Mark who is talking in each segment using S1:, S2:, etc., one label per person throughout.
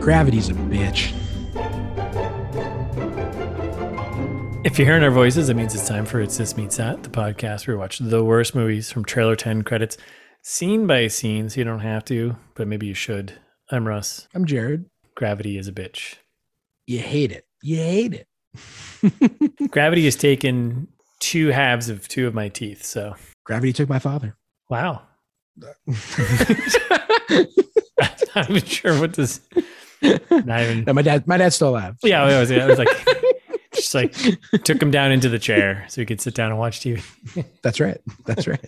S1: Gravity's a bitch.
S2: If you're hearing our voices, it means it's time for It's This Meets That, the podcast where we watch the worst movies from trailer 10 credits, scene by scene, so you don't have to, but maybe you should. I'm Russ.
S1: I'm Jared.
S2: Gravity is a bitch.
S1: You hate it. You hate it.
S2: Gravity has taken two halves of two of my teeth, so
S1: Gravity took my father.
S2: wow. I'm not even sure what this. Not even.
S1: No, my dad. My dad's still alive.
S2: Yeah, I was, I was like, just like took him down into the chair so he could sit down and watch TV.
S1: That's right. That's right.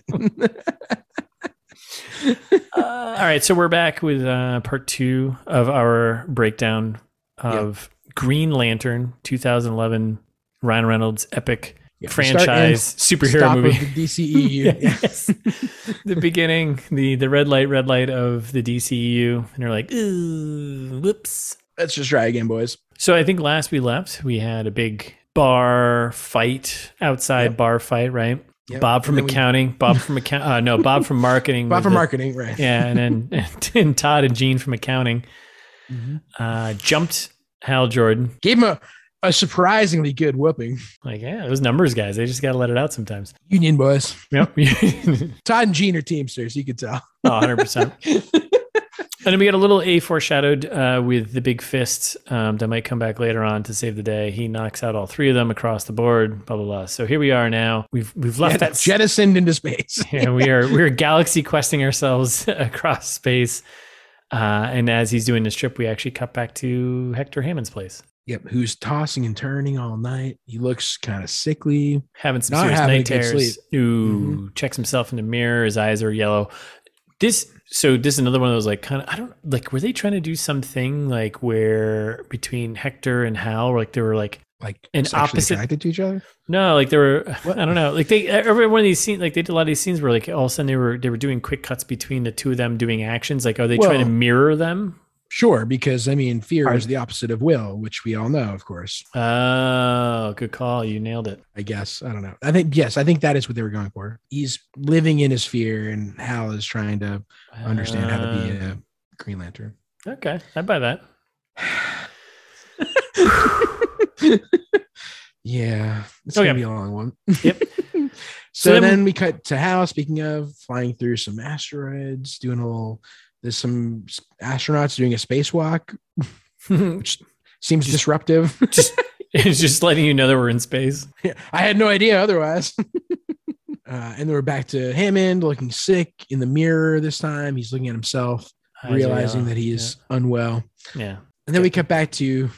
S2: Uh, all right, so we're back with uh, part two of our breakdown of Green Lantern 2011 Ryan Reynolds epic
S1: Yeah, we start and
S2: franchise superhero
S1: Stop
S2: movie.
S1: with the DCEU. Yeah.
S2: yes. the beginning, the the red light, red light of the DCU, and you're like, "Ooh, whoops.
S1: Let's just try again, boys.
S2: So I think last we left, we had a big bar fight outside
S1: Yep.
S2: bar fight, right?
S1: Yep.
S2: Bob from
S1: And then we-
S2: accounting, Bob from account, uh, no, Bob from marketing,
S1: Bob
S2: with
S1: from
S2: the-
S1: marketing, right?
S2: yeah, and then and Todd and Gene from accounting
S1: Mhm.
S2: uh, jumped Hal Jordan.
S1: Gave him a, a surprisingly good whooping.
S2: Like, yeah, those numbers guys, they just got to let it out sometimes.
S1: Union boys.
S2: Yep.
S1: Todd and Gene are teamsters. You could tell.
S2: Oh, 100%. and then we get a little A foreshadowed uh, with the big fist um, that might come back later on to save the day. He knocks out all three of them across the board, blah, blah, blah. So here we are now. We've we've left
S1: Yeah,
S2: that.
S1: jettisoned into space.
S2: yeah, we are we're galaxy questing ourselves across space. Uh, and as he's doing this trip, we actually cut back to Hector Hammond's place.
S1: Yep. Who's tossing and turning all night? He looks kind of sickly.
S2: having some
S1: Not
S2: serious
S1: having a
S2: night
S1: good Mm-hmm.
S2: terrors. Ooh, checks himself in the mirror. His eyes are yellow. This so this is another one of those like kind of I don't like were they trying to do something like where between Hector and Hal like they were like
S1: Like
S2: An
S1: sexually
S2: opposite-
S1: attracted to each other.
S2: no like they were
S1: What?
S2: I don't know like they every one of these scenes like they did a lot of these scenes where like all of a sudden they were they were doing quick cuts between the two of them doing actions like are they trying to
S1: Well-
S2: mirror them
S1: Sure, because I mean, fear
S2: Are-
S1: is the opposite of will, which we all know, of course.
S2: oh good call you nailed it
S1: I guess I don't know. I think yes, I think that is what they were going for. He's living in his fear, and Hal is trying to understand how to be a Green Lantern.
S2: Uh, okay I buy that
S1: Yeah, it's
S2: Okay.
S1: gonna be a long one.
S2: Yep.
S1: so,
S2: So then
S1: then,
S2: we-
S1: we cut to Hal. Speaking of flying through some asteroids, doing a whole. There's some s- astronauts doing a spacewalk. Seems disruptive.
S2: it's just letting you know that we're in space
S1: Yeah, I had no idea otherwise. uh, and then we're back to Hammond looking sick in the mirror this time. He's looking at himself,
S2: Eyes are
S1: realizing
S2: yellow.
S1: that he is unwell.
S2: yeah. yeah.
S1: And then we cut back to,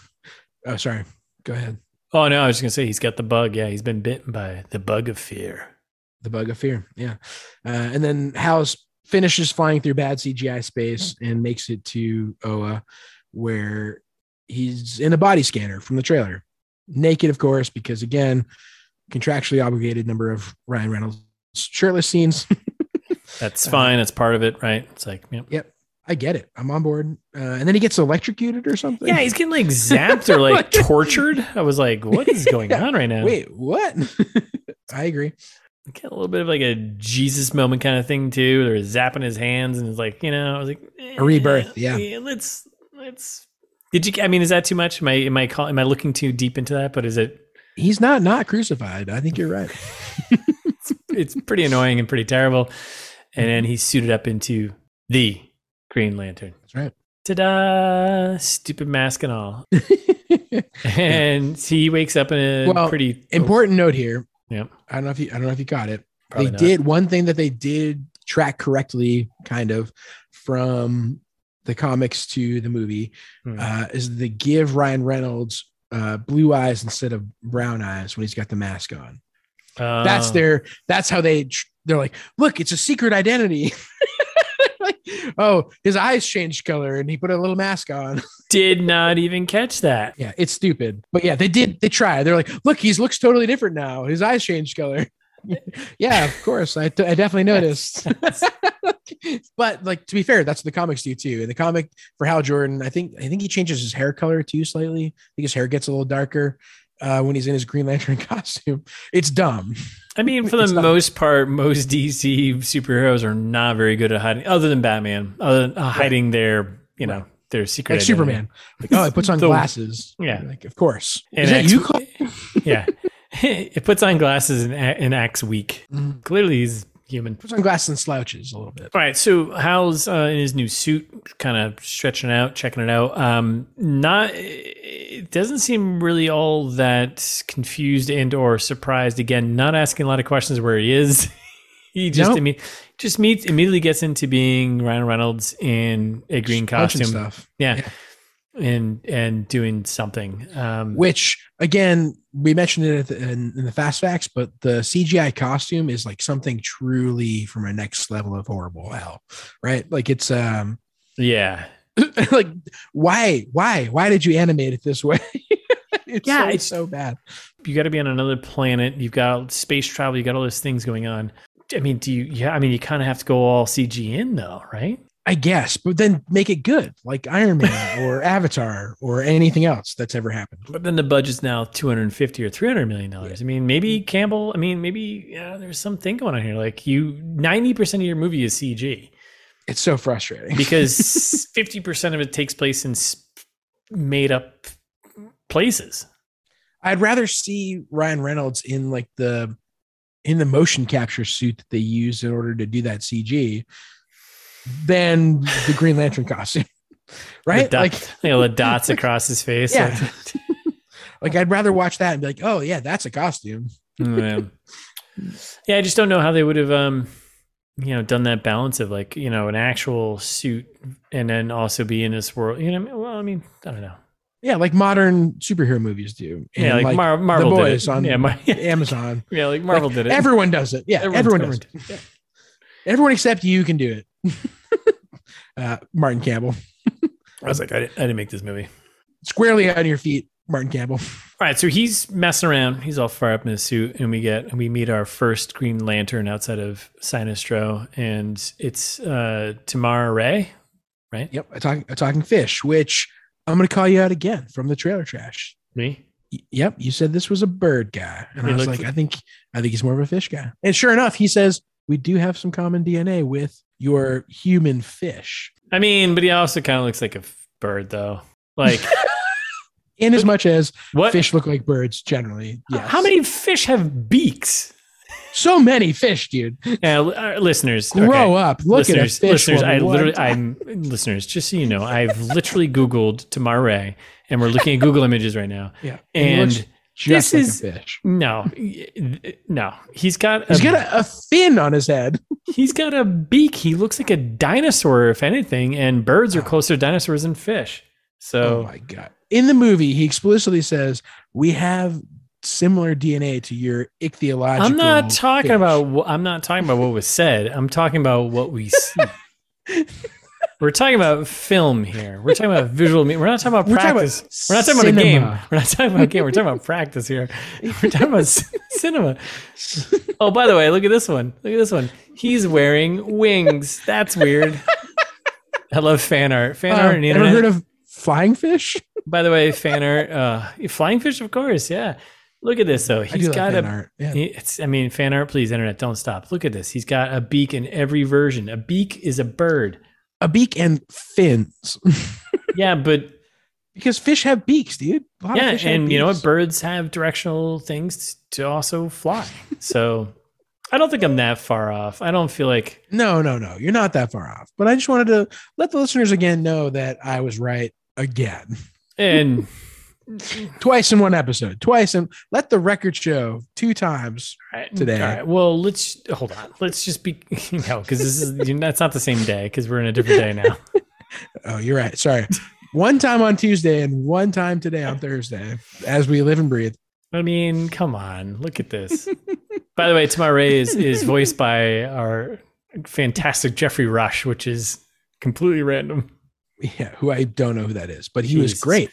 S1: oh, sorry, go ahead.
S2: Oh no, I was just gonna say he's got the bug. Yeah, he's been bitten by the bug of fear.
S1: The bug of fear. Yeah. Uh, and then House finishes flying through bad CGI space and makes it to Oa, where he's in a body scanner from the trailer. Naked, of course, because again, contractually obligated number of Ryan Reynolds shirtless scenes.
S2: That's
S1: Uh,
S2: fine. That's part of it, right? It's like yep.
S1: I get it. I'm on board. Uh, and then he gets electrocuted or something.
S2: yeah, he's getting like zapped or like tortured. I was like, what is going on right now?
S1: Wait, what? I agree.
S2: Got a little bit of like a Jesus moment kind of thing too. They're zapping his hands, and it's like you know, I was like
S1: A rebirth,
S2: eh,
S1: yeah.
S2: let's let's. Did you? I mean, is that too much? Am I am I call, am I looking too deep into that? But is it?
S1: He's not not crucified. I think you're right.
S2: It's pretty annoying and pretty terrible. And then he's suited up into the Green Lantern.
S1: That's right.
S2: ta-da stupid mask and all and he wakes up in a
S1: Well,
S2: pretty oh,
S1: Important note here.
S2: Yep.
S1: I don't know if you I don't know if you caught it.
S2: probably
S1: they
S2: not.
S1: did one thing that they did track correctly, kind of from the comics to the movie,
S2: Hmm.
S1: uh, is they give Ryan Reynolds uh, blue eyes instead of brown eyes when he's got the mask on.
S2: Oh.
S1: uh, that's their that's how they tr- they're like look it's a secret identity like oh his eyes changed color and he put a little mask on
S2: did not even catch that
S1: yeah it's stupid but yeah they did they try they're like look he looks totally different now his eyes changed color yeah of course I t- I definitely noticed but like to be fair that's what the comics do too in the comic for hal jordan i think i think he changes his hair color too slightly i think his hair gets a little darker uh, when he's in his Green Lantern costume. It's dumb.
S2: I mean, for the
S1: It's not-
S2: most part, most DC superheroes are not very good at hiding, other than Batman, other than, uh, hiding their, you know, their
S1: Like
S2: secret. identity.
S1: Superman. Like, oh, it puts on
S2: The-
S1: glasses.
S2: yeah.
S1: Like, of course.
S2: And
S1: Is that
S2: X-
S1: you? Col-
S2: yeah, it puts on glasses and, a- and acts weak.
S1: Mm.
S2: Clearly, he's human.
S1: puts on glasses and slouches a little bit.
S2: All right, so Hal's uh, in his new suit, kind of stretching out, checking it out. Um, not, it doesn't seem really all that confused and or surprised. Again, not asking a lot of questions where he is. he just,
S1: Nope.
S2: I mean, just meets immediately gets into being Ryan Reynolds in a green
S1: Punching
S2: costume,
S1: stuff.
S2: yeah, and and doing something. Um,
S1: Which again, we mentioned it at the, in, in the fast facts, but the CGI costume is like something truly from a next level of horrible hell, right? Like it's um,
S2: yeah,
S1: like why, why, why did you animate it this way? it's
S2: Yeah,
S1: so,
S2: it's-
S1: so bad.
S2: you got to be on another planet. You've got space travel. You got all those things going on. I mean, do you? Yeah, I mean, you kind of have to go all CG in though, right?
S1: I guess, but then make it good, like Iron Man or Avatar or anything else that's ever happened.
S2: But then the budget's now two hundred and fifty or three hundred million dollars. I mean, maybe
S1: Mm-hmm.
S2: Campbell. I mean, maybe yeah, there's something going on here. Like you, ninety percent of your movie is CG
S1: It's so frustrating.
S2: because fifty percent of it takes place in made up places.
S1: I'd rather see Ryan Reynolds in like the in the motion capture suit that they use in order to do that CG than the Green Lantern costume. Right?
S2: the dot,
S1: Like
S2: you know, the dots across his face.
S1: Yeah.
S2: Like-
S1: like I'd rather watch that and be like, "Oh yeah, that's a costume."
S2: yeah. yeah, I just don't know how they would have, um, you know, done that balance of like, you know, an actual suit and then also be in this world. You know, what I mean? well, I mean, I don't know.
S1: Yeah, like modern superhero movies do.
S2: Yeah, like, Mar- Marvel
S1: boys
S2: did it.
S1: on-
S2: yeah, Mar-
S1: Amazon.
S2: yeah, like Marvel did it.
S1: Everyone does it. Yeah,
S2: Everyone's-
S1: everyone
S2: everyone
S1: does. It. Yeah. Everyone except you can do it. uh, Martin Campbell.
S2: I was like, I didn't, I didn't make this movie.
S1: Squarely on your feet, Martin Campbell.
S2: All right, so he's messing around. He's all fired up in his suit, and we get we meet our first Green Lantern outside of Sinestro, and it's uh, Tamara Ray.
S1: Yep, a, talk, a talking fish, which I'm going to call you out again from the trailer trash.
S2: Me?
S1: Y- Yep, you said this was a bird guy, and I
S2: It
S1: was
S2: looked-
S1: like, I think, I think he's more of a fish guy. And sure enough, he says we do have some common DNA with your human fish,
S2: I mean, but he also kind of looks like a f- bird, though. Like,
S1: in as much as
S2: what?
S1: fish look like birds generally.
S2: Uh,
S1: Yeah,
S2: How many fish have beaks?
S1: So many fish, dude.
S2: Yeah, li- uh, listeners,
S1: Grow
S2: okay.
S1: up. Look
S2: listeners,
S1: at a fish.
S2: listeners.
S1: one
S2: I
S1: more
S2: literally,
S1: time.
S2: I'm listeners. Just so you know, I've literally Googled Tamar Ray, and we're looking at Google images right now.
S1: yeah, he
S2: And
S1: looks just
S2: this
S1: like
S2: is-
S1: a fish.
S2: no, y- no, he's got a,
S1: He's got a, a fin on his head.
S2: he's got a beak. He looks like a dinosaur, if anything. And birds are
S1: Oh.
S2: closer to dinosaurs than fish.
S1: Oh
S2: So
S1: my god! In the movie, he explicitly says we have similar DNA to your ichthyological.
S2: I'm not talking
S1: fish."
S2: about. What, I'm not talking about what was said. I'm talking about what we see. We're talking about film here. We're talking about visual. me- We're not talking about
S1: We're talking about
S2: practice. We're not talking about a game.
S1: cinema. Um,
S2: We're not talking about a game. We're talking about practice here. We're talking about c- cinema. Oh, by the way, look at this one. Look at this one. He's wearing wings. That's weird. I love fan art. Fan
S1: Uh,
S2: art and the
S1: ever
S2: internet.
S1: heard of flying fish?
S2: by the way, fan art. Uh, flying fish, of course. Yeah. Look at this though.
S1: I do
S2: He's
S1: like
S2: got
S1: fan
S2: a.
S1: art. Yeah.
S2: It's. I mean, fan art. Please, internet, don't stop. Look at this. He's got a beak in every version. A beak is a bird.
S1: A beak and fins,
S2: Yeah, but
S1: because fish have beaks, dude. A lot of
S2: yeah,
S1: fish have
S2: and you know what?
S1: beaks.
S2: Birds have directional things to also fly. So I don't think I'm that far off. I don't feel like
S1: No, no, no. You're not that far off. But I just wanted to let the listeners again know that I was right again,
S2: and
S1: twice in one episode, twice and let the record show two times.
S2: all right,
S1: Today.
S2: All right, well, let's hold on. Let's just be no, because this is that's not the same day because we're in a different day now.
S1: Oh, you're right. Sorry. one time on Tuesday and one time today on Thursday, as we live and breathe.
S2: I mean, come on, look at this. By the way, Tamar Ray is is voiced by our fantastic Jeffrey Rush, which is completely random.
S1: Yeah, who I don't know who that is, but he was
S2: Jesus
S1: great.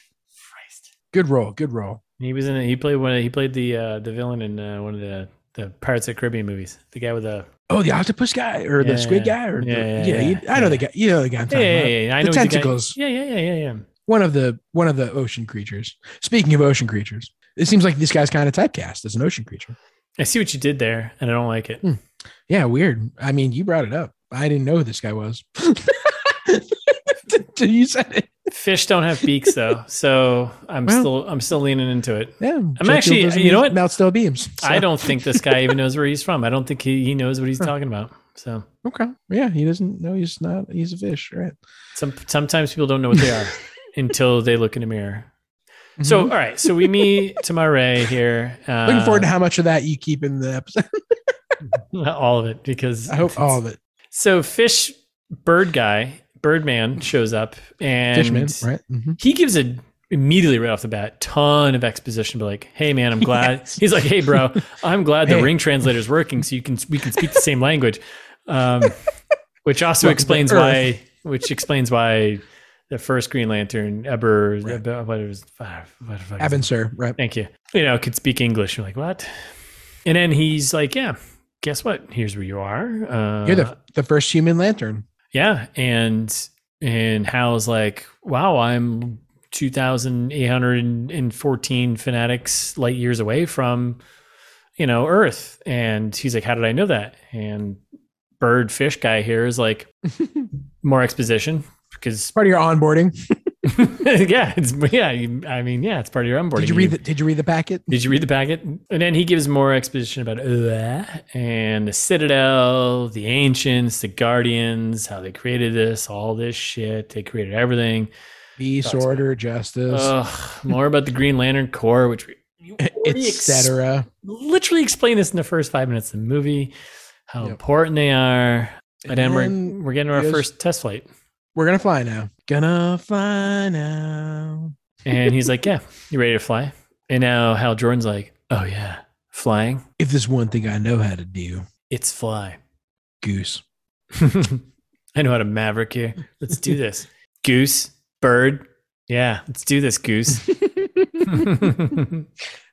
S2: Christ.
S1: Good role. Good role.
S2: He was in. it. He played one. Of, he played the uh, the villain in uh, one of the the Pirates of the Caribbean movies. The guy with the
S1: Oh, the octopus guy or
S2: Yeah,
S1: the squid
S2: yeah.
S1: guy or
S2: Yeah,
S1: the,
S2: yeah,
S1: yeah, you-
S2: yeah,
S1: I know the
S2: yeah.
S1: guy. You know the guy. I'm
S2: yeah,
S1: talking
S2: yeah,
S1: about.
S2: yeah, yeah. I
S1: the
S2: know the guy-
S1: tentacles.
S2: Yeah, yeah, yeah, yeah, yeah.
S1: one of the one of the ocean creatures. Speaking of ocean creatures, it seems like this guy's kind of typecast as an ocean creature.
S2: I see what you did there, and I don't like it.
S1: Yeah, weird. I mean, you brought it up. I didn't know who this guy was. Till you said it.
S2: Fish don't have beaks though, so I'm
S1: Well-
S2: still I'm still leaning into it.
S1: Yeah, I'm
S2: actually- you know what?
S1: Mouth still beams. so-
S2: I don't think this guy even knows where he's from. I don't think he, he knows what he's talking about. So
S1: Okay. Yeah, he doesn't. No, he's not. He's a fish, right?
S2: some sometimes people don't know what they are until they look in a mirror. So all right, so we meet Tamare here. Uh,
S1: Mm-hmm. looking forward to how much of that you keep in the episode.
S2: uh, all of it because
S1: I hope all of it.
S2: So fish bird guy, birdman shows up and
S1: Fishman, right? Mm-hmm.
S2: he gives a immediately right off the bat ton of exposition but like hey man i'm glad
S1: Yes.
S2: he's like hey bro i'm glad the
S1: Hey.
S2: ring translator is working so you can we can speak the same language um, which also
S1: Welcome to
S2: explains
S1: Earth.
S2: why which explains why the first green lantern ever
S1: Right.
S2: Eber- what it was ah, what the fuck is it?
S1: Evan, sir, right?
S2: thank you you know could speak english you're like what and then he's like yeah guess what here's where you are uh,
S1: You're the the first human lantern.
S2: yeah, and and Hal's like, wow, I'm two thousand eight hundred and fourteen fanatics light years away from, you know, Earth, and he's like, how did I know that? And bird fish guy here is like, more exposition because
S1: Part of your onboarding.
S2: yeah, it's yeah, you- I mean yeah, it's part of your onboarding.
S1: Did you read the Did you read the packet?
S2: Did you read the packet? And then he gives more exposition about Ua and the Citadel, the Ancients, the Guardians, how they created this, all this shit. They created everything.
S1: Peace,
S2: Thoughts, man? Uh,
S1: order, justice, e-,
S2: Ugh, more about the Green Lantern Corps, which we you already ex-
S1: etc.
S2: literally explain this in the first five minutes of the movie, how
S1: Yep.
S2: important they are. And then
S1: And
S2: we're, we're getting to our
S1: he goes-
S2: first test flight.
S1: We're gonna fly now. Gonna fly now.
S2: And he's like, Yeah, you ready to fly? And now Hal Jordan's like, Oh, yeah, flying?
S1: If there's one thing I know how to do,
S2: It's fly.
S1: goose.
S2: I know how to maverick here. Let's do this. Goose, bird. Yeah, let's do this, goose. but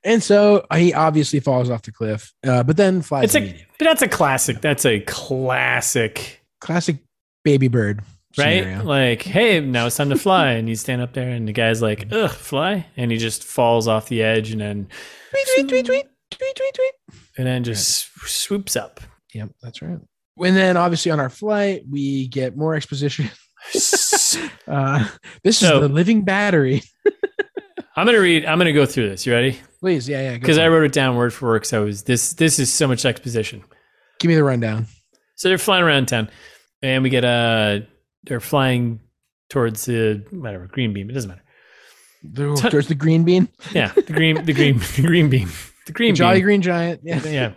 S1: And so he obviously falls off the cliff, uh, but then flies.
S2: It's a-
S1: immediately.
S2: that's a classic. That's a classic,
S1: classic baby bird
S2: right?
S1: scenario.
S2: Like, hey, now it's time to fly. And you stand up there, and the guy's like, ugh, fly. And he just falls off the edge and then,
S1: Tweet, tweet, tweet, tweet, tweet, tweet, tweet.
S2: and then just swoops up.
S1: Yep, that's right. And then obviously on our flight, we get more exposition. Uh, this
S2: So-
S1: is the living battery.
S2: I'm going to read, I'm going to go through this. You ready?
S1: Please, yeah, yeah. go
S2: Because
S1: for
S2: I
S1: it.
S2: wrote it down word for word. So I was, this, this is so much exposition.
S1: give me the rundown.
S2: So they're flying around town, and we get uh they're flying towards the whatever green beam. It doesn't matter.
S1: The-
S2: Tut-
S1: There's the green bean,
S2: Yeah, the green, the green, the green beam, the green
S1: jolly
S2: beam.
S1: green giant. Yeah,
S2: Yeah.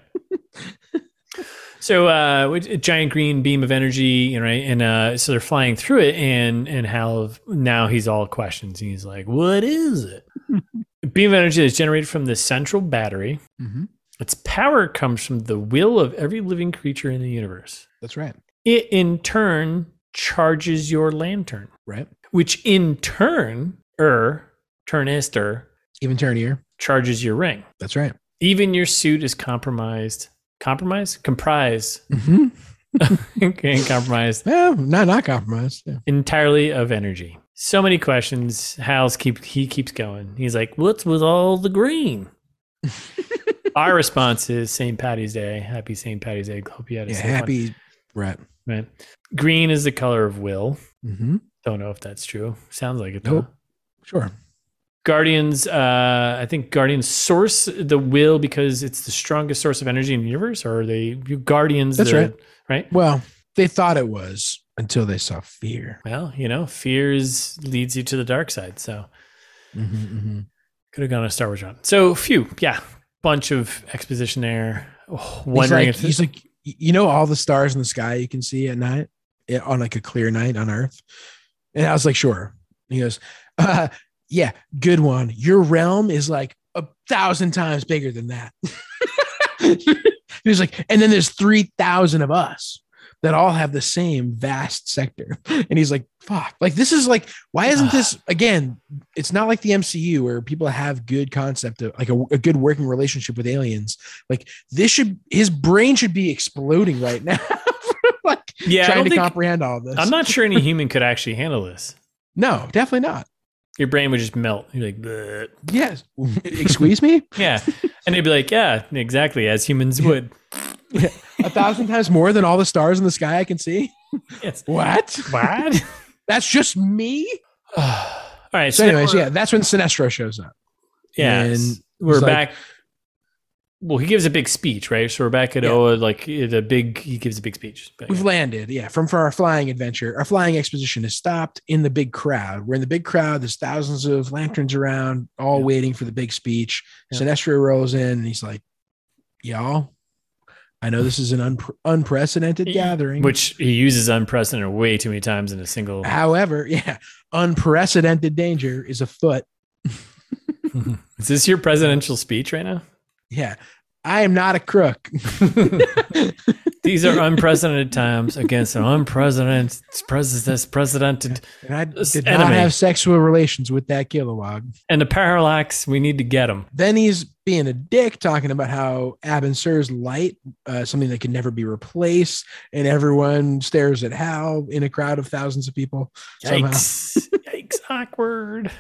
S2: so uh, with a giant green beam of energy, you know, right? And uh, so they're flying through it, and and Hal now he's all questions, and he's like, "What is it?" beam of energy that's generated from the central battery.
S1: Mhm,
S2: Its power comes from the will of every living creature in the universe.
S1: that's right.
S2: It in turn charges your lantern.
S1: Right,
S2: which in turn, er, turnister,
S1: even turnier.
S2: charges your ring.
S1: That's right.
S2: Even your suit is compromised. Compromise? Comprise.
S1: hmm
S2: okay, compromised
S1: Yeah, not not compromised. Yeah.
S2: entirely of energy. So many questions. Hal's keep he keeps going. He's like, "What's with all the green?" Our response is St. Patty's Day. Happy St. Patty's Day. Hope you had a
S1: Yeah,
S2: safe one.
S1: happy. Right.
S2: Right. Green is the color of will.
S1: hmm
S2: Don't know if that's true. Sounds like it though.
S1: Nope. Sure.
S2: Guardians, uh, I think Guardians source the will because it's the strongest source of energy in the universe, or are they you Guardians?
S1: That's
S2: the-
S1: right. Well, they thought it was until they saw fear.
S2: Well, you know, fears leads you to the dark side. So
S1: Mhm, mhm.
S2: could have gone a Star Wars route. So phew, yeah, bunch of exposition there. Oh, wondering
S1: he's like,
S2: if
S1: he's like, y- you know, all the stars in the sky you can see at night yeah, on like a clear night on Earth. And I was like, sure. He goes, uh, yeah, good one. Your realm is like a thousand times bigger than that. he was like, and then there's three thousand of us that all have the same vast sector. And he's like, fuck, like this is like, why isn't this again? It's not like the MCU where people have good concept of like a, a good working relationship with aliens. Like this should his brain should be exploding right now. like
S2: yeah, I
S1: trying
S2: don't
S1: to
S2: think,
S1: comprehend all of this.
S2: I'm not sure any human could actually handle this.
S1: no, definitely not.
S2: Your brain would just melt. You're like, "Bleh."
S1: Yes. Excuse me?
S2: yeah, and they'd be like, yeah, exactly, as humans would.
S1: A thousand times more than all the stars in the sky I can see?
S2: Yes.
S1: What?
S2: What?
S1: That's just me?
S2: All right.
S1: So, anyways, yeah, that's when Sinestro shows up.
S2: Yeah.
S1: And
S2: s- we're
S1: it's like-
S2: back. well, he gives a big speech, right? So we're back at
S1: Yeah.
S2: Oa, like the big, he gives a big speech. But,
S1: We've
S2: yeah.
S1: landed, yeah, from for our flying adventure. Our flying exposition is stopped in the big crowd. We're in the big crowd. There's thousands of lanterns around, all
S2: Yeah.
S1: waiting for the big speech.
S2: Yeah.
S1: Sinestro rolls in and he's like, Y'all, I know this is an un- unprecedented
S2: Yeah.
S1: gathering.
S2: Which he uses unprecedented way too many times in a single.
S1: Ah. however, yeah, unprecedented danger is afoot.
S2: Is this your presidential speech right now?
S1: Yeah. I am not a crook.
S2: These are unprecedented times against an unprecedented, pres- precedented,
S1: And I
S2: This
S1: did not
S2: enemy.
S1: have sexual relations with that Kilowog.
S2: and the parallax. We need to get him.
S1: Then he's being a dick, talking about how Abin Sur's light, uh, something that can never be replaced, and everyone stares at Hal in a crowd of thousands of people. Somehow.
S2: Yikes! Yikes! Awkward.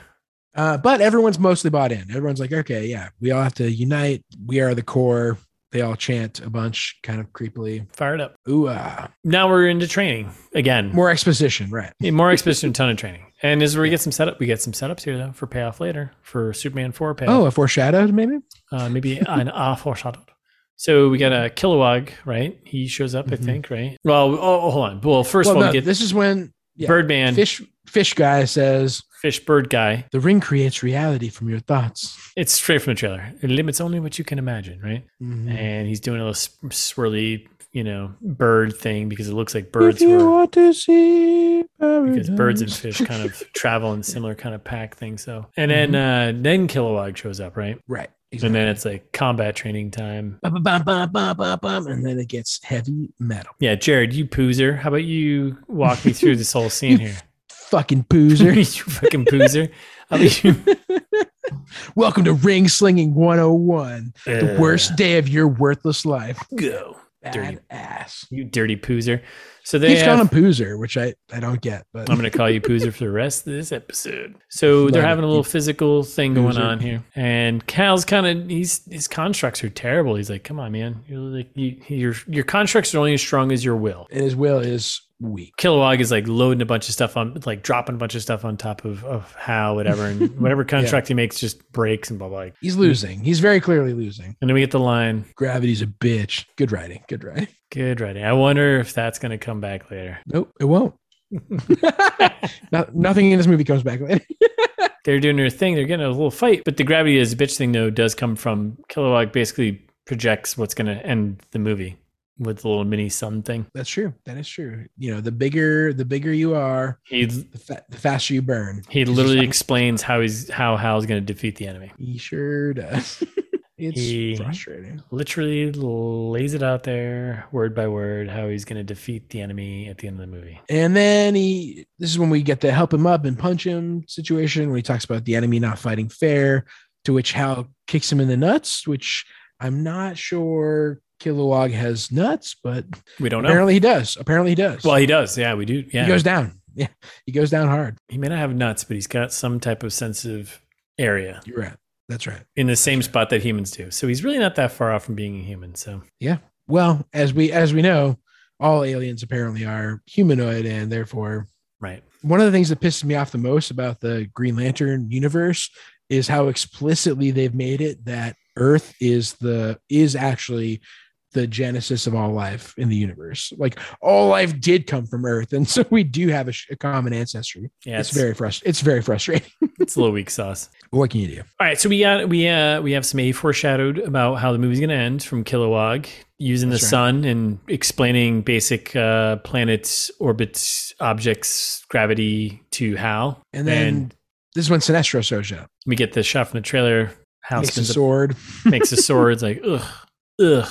S1: Uh, but everyone's mostly bought in. Everyone's like, okay, yeah, we all have to unite. We are the core. They all chant a bunch, kind of creepily.
S2: Fired up.
S1: Ooh, ah.
S2: Now we're into training again.
S1: more exposition, right?
S2: Yeah, more exposition, ton of training. And this is where we get some setup. We get some setups here though for payoff later for Superman four
S1: Oh,
S2: payoff.
S1: a foreshadowed, maybe?
S2: Uh, maybe an ah foreshadowed. So we got a Kilowog, right? He shows up,
S1: Mhm.
S2: I think, right? Well, oh, hold on. Well, first
S1: Well,
S2: of all,
S1: no,
S2: we get
S1: this is when yeah,
S2: Birdman, fish.
S1: Fish Fish Guy says,
S2: bird guy.
S1: the ring creates reality from your thoughts.
S2: It's straight from the trailer. It limits only what you can imagine, right?
S1: Mhm.
S2: And he's doing a little s- swirly, you know, bird thing because it looks like
S1: If
S2: birds
S1: you
S2: were
S1: want to see
S2: because birds and
S1: paradise.
S2: fish kind of travel in similar kind of pack thing. So and
S1: Mm-hmm.
S2: then uh then Kilowog shows up, right?
S1: Right.
S2: And then it's like combat training time.
S1: Bum, bum, bum, bum, bum, bum, and then it gets heavy metal.
S2: Yeah, Jared, you poozer. How about you walk me through this whole scene here?
S1: Fucking
S2: you
S1: poozer.
S2: fucking poozer. How about you?
S1: Welcome to Ring Slinging 101, the worst day of your worthless life.
S2: go. Dirty.
S1: Bad ass.
S2: Uh, You dirty poozer. So they
S1: Keeps
S2: have,
S1: calling him poozer, which I, I don't get, but
S2: I'm going to call you Poozer for the rest of this episode. So they're
S1: Love
S2: having
S1: it,
S2: a little
S1: you
S2: physical thing going
S1: Poozer.
S2: on here, and Cal's kind of he's his constructs are terrible. He's like, "Come on, man, you're like you, your your constructs are only as strong as your will."
S1: and his will is weak.
S2: Kilowog is like loading a bunch of stuff on, like dropping a bunch of stuff on top of, of how, whatever, and whatever contract he makes just breaks and blah, blah. blah.
S1: He's losing. He's very clearly losing.
S2: And then we get the line,
S1: Gravity's a bitch. Good writing. Good writing.
S2: good writing. I wonder if that's going to come back later.
S1: Nope, it won't. Not, nothing in this movie comes back later.
S2: They're doing their thing. They're getting a little fight. But the gravity is a bitch thing, though, does come from Kilowog basically projects what's going to end the movie with the little mini sun thing.
S1: That's true. That is true. You know, the bigger the bigger you are,
S2: He,
S1: the, fa- the faster you burn.
S2: he
S1: He's just
S2: literally
S1: like-
S2: explains how he's how Hal's going to defeat the enemy.
S1: He sure does. it's
S2: He-
S1: frustrating.
S2: Literally lays it out there, word by word, how he's going to defeat the enemy at the end of the movie.
S1: And then he, this is when we get the help him up and punch him situation when he talks about the enemy not fighting fair, to which Hal kicks him in the nuts, which I'm not sure Kilowog has nuts, but
S2: We don't know.
S1: apparently he does. Apparently he does.
S2: Well, he does. Yeah, we do. Yeah.
S1: He goes down. Yeah. He goes down hard.
S2: He may not have nuts, but he's got some type of sensitive area
S1: You're right. That's right.
S2: in the same spot that humans do. So he's really not that far off from being a human. So
S1: Well, as we as we know, all aliens apparently are humanoid and therefore
S2: right.
S1: one of the things that pisses me off the most about the Green Lantern universe is how explicitly they've made it that Earth is the is actually the genesis of all life in the universe. Like all life did come from Earth, and so we do have a, sh- a common ancestry.
S2: Yeah,
S1: it's,
S2: it's,
S1: very frustrating. It's very frustrating.
S2: it's a little weak sauce.
S1: what can you do?
S2: All right, so we got we uh we have some a foreshadowed about how the movie's going to end from Kilowog using
S1: That's
S2: the
S1: right.
S2: sun and explaining basic uh planets, orbits, objects, gravity to Hal.
S1: And then
S2: And-
S1: this is when Sinestro shows up.
S2: We get the shot from the trailer. Hal
S1: Makes a
S2: spins up,
S1: sword.
S2: makes a sword. It's like ugh, ugh,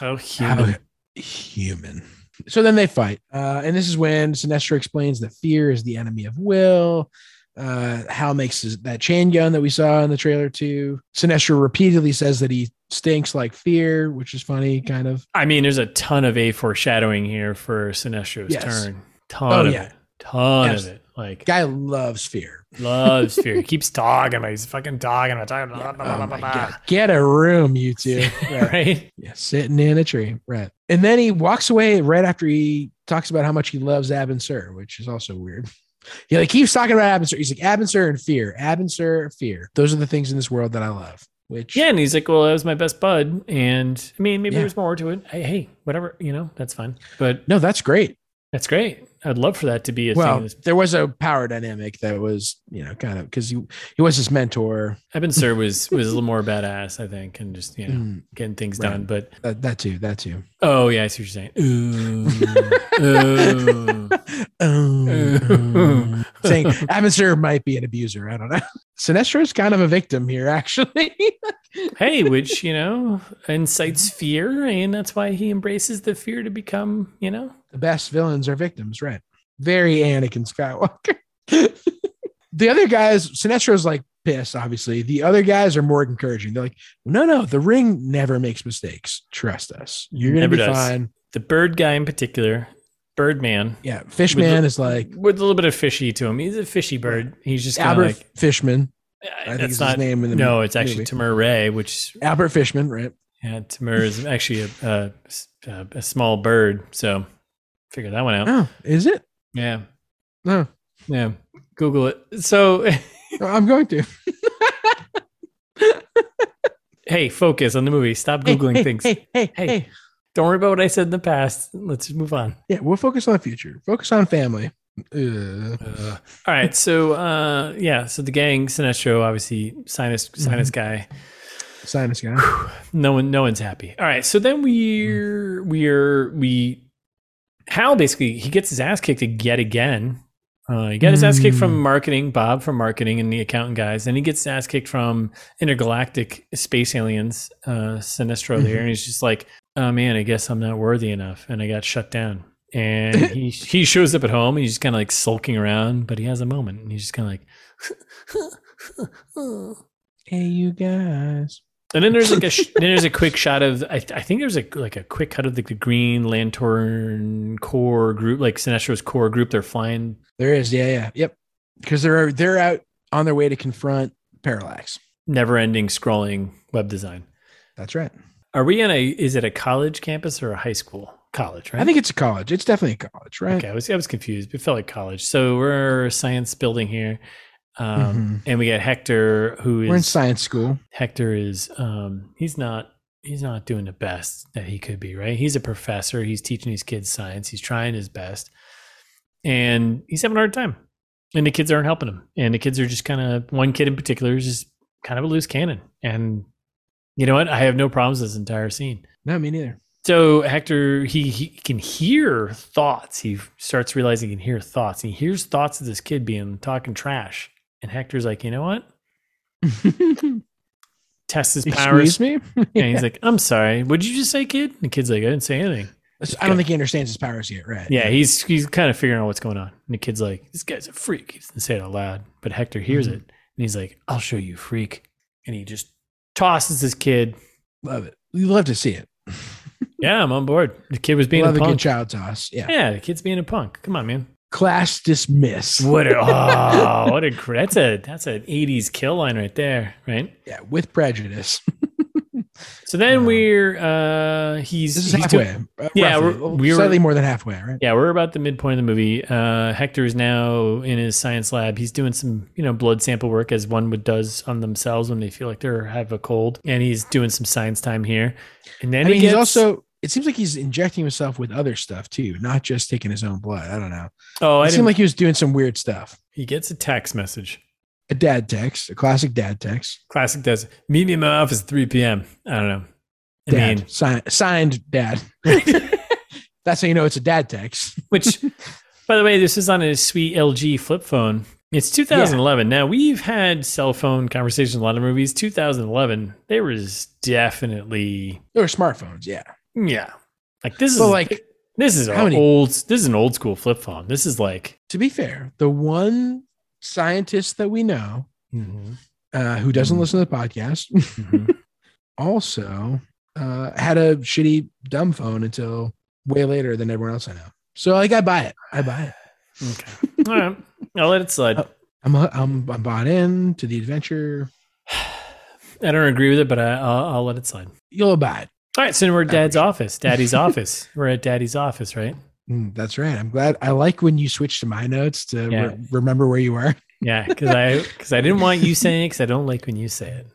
S2: how human.
S1: How human. So then they fight. Uh, and this is when Sinestro explains that fear is the enemy of will. Uh, Hal makes his, that chain gun that we saw in the trailer too. Sinestro repeatedly says that he stinks like fear, which is funny, kind of.
S2: I mean, there's a ton of a foreshadowing here for Sinestro's
S1: Yes.
S2: turn. Ton
S1: Oh,
S2: of
S1: yeah.
S2: it. Ton
S1: Abs-
S2: of it. Like
S1: Guy loves fear.
S2: loves fear. He keeps talking. Like, he's fucking talking. About, talking blah, blah, blah,
S1: Oh
S2: blah,
S1: my
S2: blah.
S1: God. Get a room, you two. Right.
S2: Right?
S1: Yeah, sitting in a tree. Right. And then he walks away right after he talks about how much he loves Abin Sur, which is also weird. He like keeps talking about Abin Sur. He's like Abin Sur and fear. Abin Sur, fear. Those are the things in this world that I love. Which
S2: Yeah, and he's like, "Well, that was my best bud," and I mean, maybe
S1: Yeah.
S2: there's more to it. Hey, hey, whatever, you know, that's fine. But
S1: no, that's great.
S2: that's great. I'd love for that to be a thing. in
S1: Well,
S2: this-
S1: there was a power dynamic that was, you know, kind of because he he was his mentor.
S2: Eben Sir was was a little more badass, I think, and just you know
S1: Mm,
S2: getting things
S1: Right.
S2: done. But
S1: that, that too, that too.
S2: oh yeah, I see what you're saying. Ooh, ooh.
S1: Um, saying Abin Sur might be an abuser. I don't know. Sinestro's kind of a victim here, actually.
S2: Hey, which you know incites fear, and that's why he embraces the fear to become you know
S1: the best villains are victims, right? Very Anakin Skywalker. the other guys, Sinestro's like pissed, obviously. The other guys are more encouraging. They're like, no, no, the ring never makes mistakes. Trust us. You're gonna
S2: Never
S1: be
S2: does.
S1: fine.
S2: the bird guy in particular, Birdman.
S1: Yeah. Fishman is like
S2: with a little bit of fishy to him. He's a fishy bird. He's just kind
S1: Albert
S2: of like
S1: Fishman. I
S2: I
S1: think
S2: that's
S1: is
S2: not.
S1: his name in the
S2: No, it's actually
S1: movie.
S2: Tamur Ray, which
S1: Albert Fishman, right?
S2: yeah, Tamur is actually a, a s- a- a small bird. So figure that one out.
S1: Oh, is it?
S2: Yeah,
S1: No.
S2: yeah. Google it. So
S1: I'm going to.
S2: hey, focus on the movie. Stop googling
S1: hey,
S2: things.
S1: Hey, hey,
S2: Hey.
S1: hey,
S2: Don't worry about what I said in the past. Let's just move on.
S1: Yeah, we'll focus on the future. Focus on family. Uh, Ugh.
S2: All right. So uh, yeah. So the gang, Sinestro, obviously sinus sinus guy.
S1: Sinus guy.
S2: no one no one's happy all right so then we're we're we hal basically he gets his ass kicked yet again uh, he got his ass kicked from
S1: Mm.
S2: marketing bob from marketing and the accountant guys and he gets his ass kicked from intergalactic space aliens uh sinestro there
S1: Mhm.
S2: and he's just like oh man i guess i'm not worthy enough and i got shut down and he he shows up at home and he's just kind of like sulking around but he has a moment and he's just kind of like
S1: Hey, you guys.
S2: And then there's like a sh- then there's a quick shot of I, th- I think there's a like a quick cut of the, the Green Lantern core group, like Sinestro's core group. They're flying.
S1: There is, yeah, yeah, yep. Because they're they're out on their way to confront Parallax.
S2: Never-ending scrolling web design.
S1: That's right.
S2: Are we in a? Is it a college campus or a high school? College, right?
S1: I think it's a college. It's definitely a college, right?
S2: Okay, I was I was confused. It felt like college. So we're a science building here, um,
S1: Mhm.
S2: and we got Hector, who
S1: We're in
S2: is
S1: science school.
S2: Hector is um, he's not he's not doing the best that he could be, right? He's a professor. He's teaching these kids science. He's trying his best, and he's having a hard time. And the kids aren't helping him. And the kids are just kind of one kid in particular is just kind of a loose cannon. And you know what? I have no problems with this entire scene.
S1: No, me neither.
S2: So Hector, he, he can hear thoughts. He starts realizing he can hear thoughts. He hears thoughts of this kid being talking trash. And Hector's like, you know what? Test his powers.
S1: Excuse me.
S2: And he's like, I'm sorry. What'd you just say, kid? And the kid's like, I didn't say anything.
S1: I don't think he understands his powers yet, right?
S2: Yeah, he's he's kind of figuring out what's going on. And the kid's like, This guy's a freak. He doesn't say it out loud. But Hector hears it and he's like, I'll show you freak. And he just tosses this kid.
S1: love it. You love to see it.
S2: Yeah, I'm on board. The kid was being
S1: love
S2: a
S1: a good
S2: punk.
S1: child toss. Yeah.
S2: yeah, the kid's being a punk. Come on, man.
S1: Class dismissed.
S2: What a oh, what a gr- that's a that's an '80s kill line right there, right?
S1: Yeah, with prejudice.
S2: So then
S1: Yeah.
S2: we're uh he's,
S1: This is
S2: he's
S1: halfway.
S2: doing-
S1: uh,
S2: Yeah,
S1: roughly.
S2: we're- we were-
S1: slightly more than halfway, right?
S2: yeah, we're about the midpoint of the movie. Uh, Hector is now in his science lab. He's doing some you know blood sample work as one would does on themselves when they feel like they're have a cold, and he's doing some science time here. And then
S1: I mean,
S2: he
S1: he's
S2: gets,
S1: also. It seems like he's injecting himself with other stuff too, not just taking his own blood. I don't know.
S2: oh I
S1: it seemed
S2: didn't,
S1: like he was doing some weird stuff.
S2: he gets a text message.
S1: A dad text, a classic dad text.
S2: Classic does meet me in my office at 3 p.m. I don't know. I
S1: Dad.
S2: mean,
S1: Sign, signed dad. That's how you know it's a dad text.
S2: which by the way this is on a sweet lg flip phone it's 2011 now we've had cell phone conversations in a lot of movies 2011 there was definitely
S1: Or smartphones, yeah.
S2: yeah like this
S1: But
S2: is
S1: like,
S2: this is an
S1: how many-
S2: old this is an old school flip phone this is like
S1: to be fair, the one scientist that we know uh, who doesn't
S2: Mhm.
S1: listen to the podcast
S2: Mhm.
S1: also uh, had a shitty dumb phone until way later than everyone else I know. So like, I buy it. I buy it.
S2: okay all right I'll let it slide.
S1: Oh. I'm, I'm I'm bought in to the adventure.
S2: I don't agree with it, but I, I'll, I'll let it slide.
S1: You'll abide.
S2: All right, so we're at
S1: I
S2: Dad's office. Daddy's office. We're at Daddy's office, right?
S1: Mm, that's right. I'm glad. I like when you switch to my notes to
S2: Yeah.
S1: re- remember where you were.
S2: Yeah, because I because I didn't want you saying it because I don't like when you say it.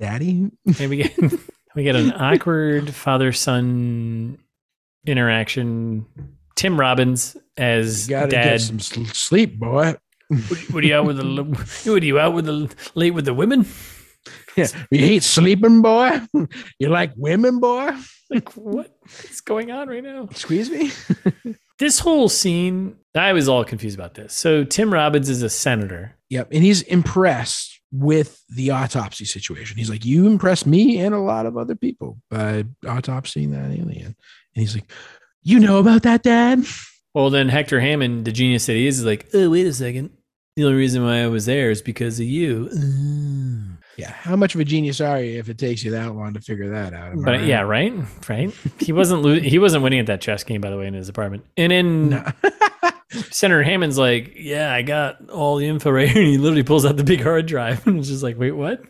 S1: Daddy,
S2: And we get we get an awkward father son interaction. Tim Robbins
S1: you
S2: as
S1: gotta
S2: dad.
S1: get some sl- sleep, boy.
S2: What, what are you out with the? li- What are you out with the late with the women?
S1: Yeah. You hate sleeping, boy. You like women, boy.
S2: Like what is going on right now?
S1: Squeeze me.
S2: This whole scene, I was all confused about this. So Tim Robbins is a senator.
S1: Yep. And he's impressed with the autopsy situation. He's like, You impressed me and a lot of other people by autopsying that alien. And he's like, You know about that, Dad?
S2: Well, then Hector Hammond, the genius that he is, is like, oh wait a second. The only reason why I was there is because of you. Mm.
S1: Yeah. How much of a genius are you if it takes you that long to figure that out? Am I
S2: But
S1: right?
S2: yeah, right, right. He wasn't lo- he wasn't winning at that chess game, by the way, in his apartment. And then
S1: No.
S2: Senator Hammond's like, "Yeah, I got all the info right here," and he literally pulls out the big hard drive, and it's just like, "Wait, what?"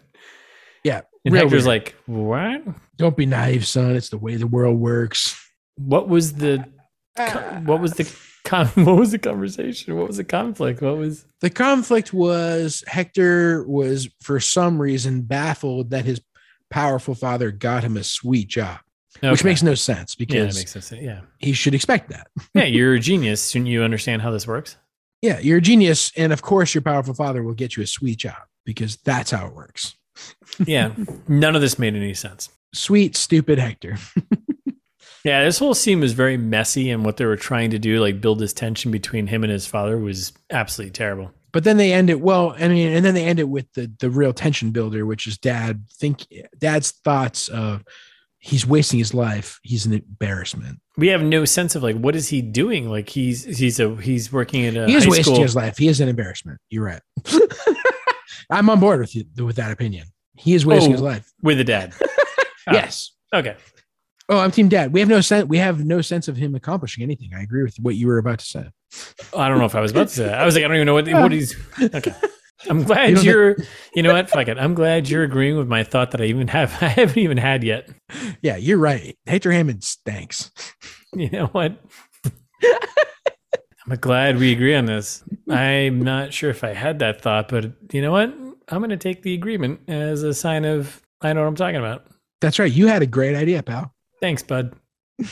S1: Yeah,
S2: and
S1: real
S2: Hector's
S1: weird.
S2: like, "What?
S1: Don't be naive, son. It's the way the world works.
S2: What was the co- what was the con- what was the conversation? What was the conflict? What was
S1: the conflict was Hector was for some reason baffled that his powerful father got him a sweet job, which
S2: Okay.
S1: makes no sense
S2: yeah, that
S1: because
S2: makes sense. Yeah,
S1: he should expect that.
S2: yeah, you're a genius. Shouldn't you understand how this works?
S1: Yeah, you're a genius, and of course, your powerful father will get you a sweet job because that's how it works.
S2: Yeah, none of this made any sense.
S1: Sweet, stupid Hector.
S2: Yeah, this whole scene was very messy, and what they were trying to do, like build this tension between him and his father, was absolutely terrible.
S1: But then they end it well. I mean, and then they end it with the the real tension builder, which is dad think dad's thoughts of he's wasting his life. He's an embarrassment.
S2: We have no sense of like what is he doing? Like he's he's a he's working at a
S1: he is
S2: high
S1: wasting
S2: school.
S1: his life. He is an embarrassment. You're right. I'm on board with you with that opinion. He is wasting
S2: Oh.
S1: his life.
S2: with a dad. Ah.
S1: Yes.
S2: Okay,
S1: Oh, I'm Team Dad. We have no sense. We have no sense of him accomplishing anything. I agree with what you were about to say.
S2: I don't know if I was about to say that. I was like, I don't even know what what he's. Okay, I'm
S1: Oh. You
S2: glad
S1: don't
S2: you are You know what? Fuck it. I'm glad you're agreeing with my thought that I even have. I haven't even had yet.
S1: Yeah, you're right. Hector Hammond stinks.
S2: You know what? I'm glad we agree on this. I'm not sure if I had that thought, but you know what? I'm going to take the agreement as a sign of I know what I'm talking about.
S1: That's right. You had a great idea, pal.
S2: Thanks, bud.
S1: Then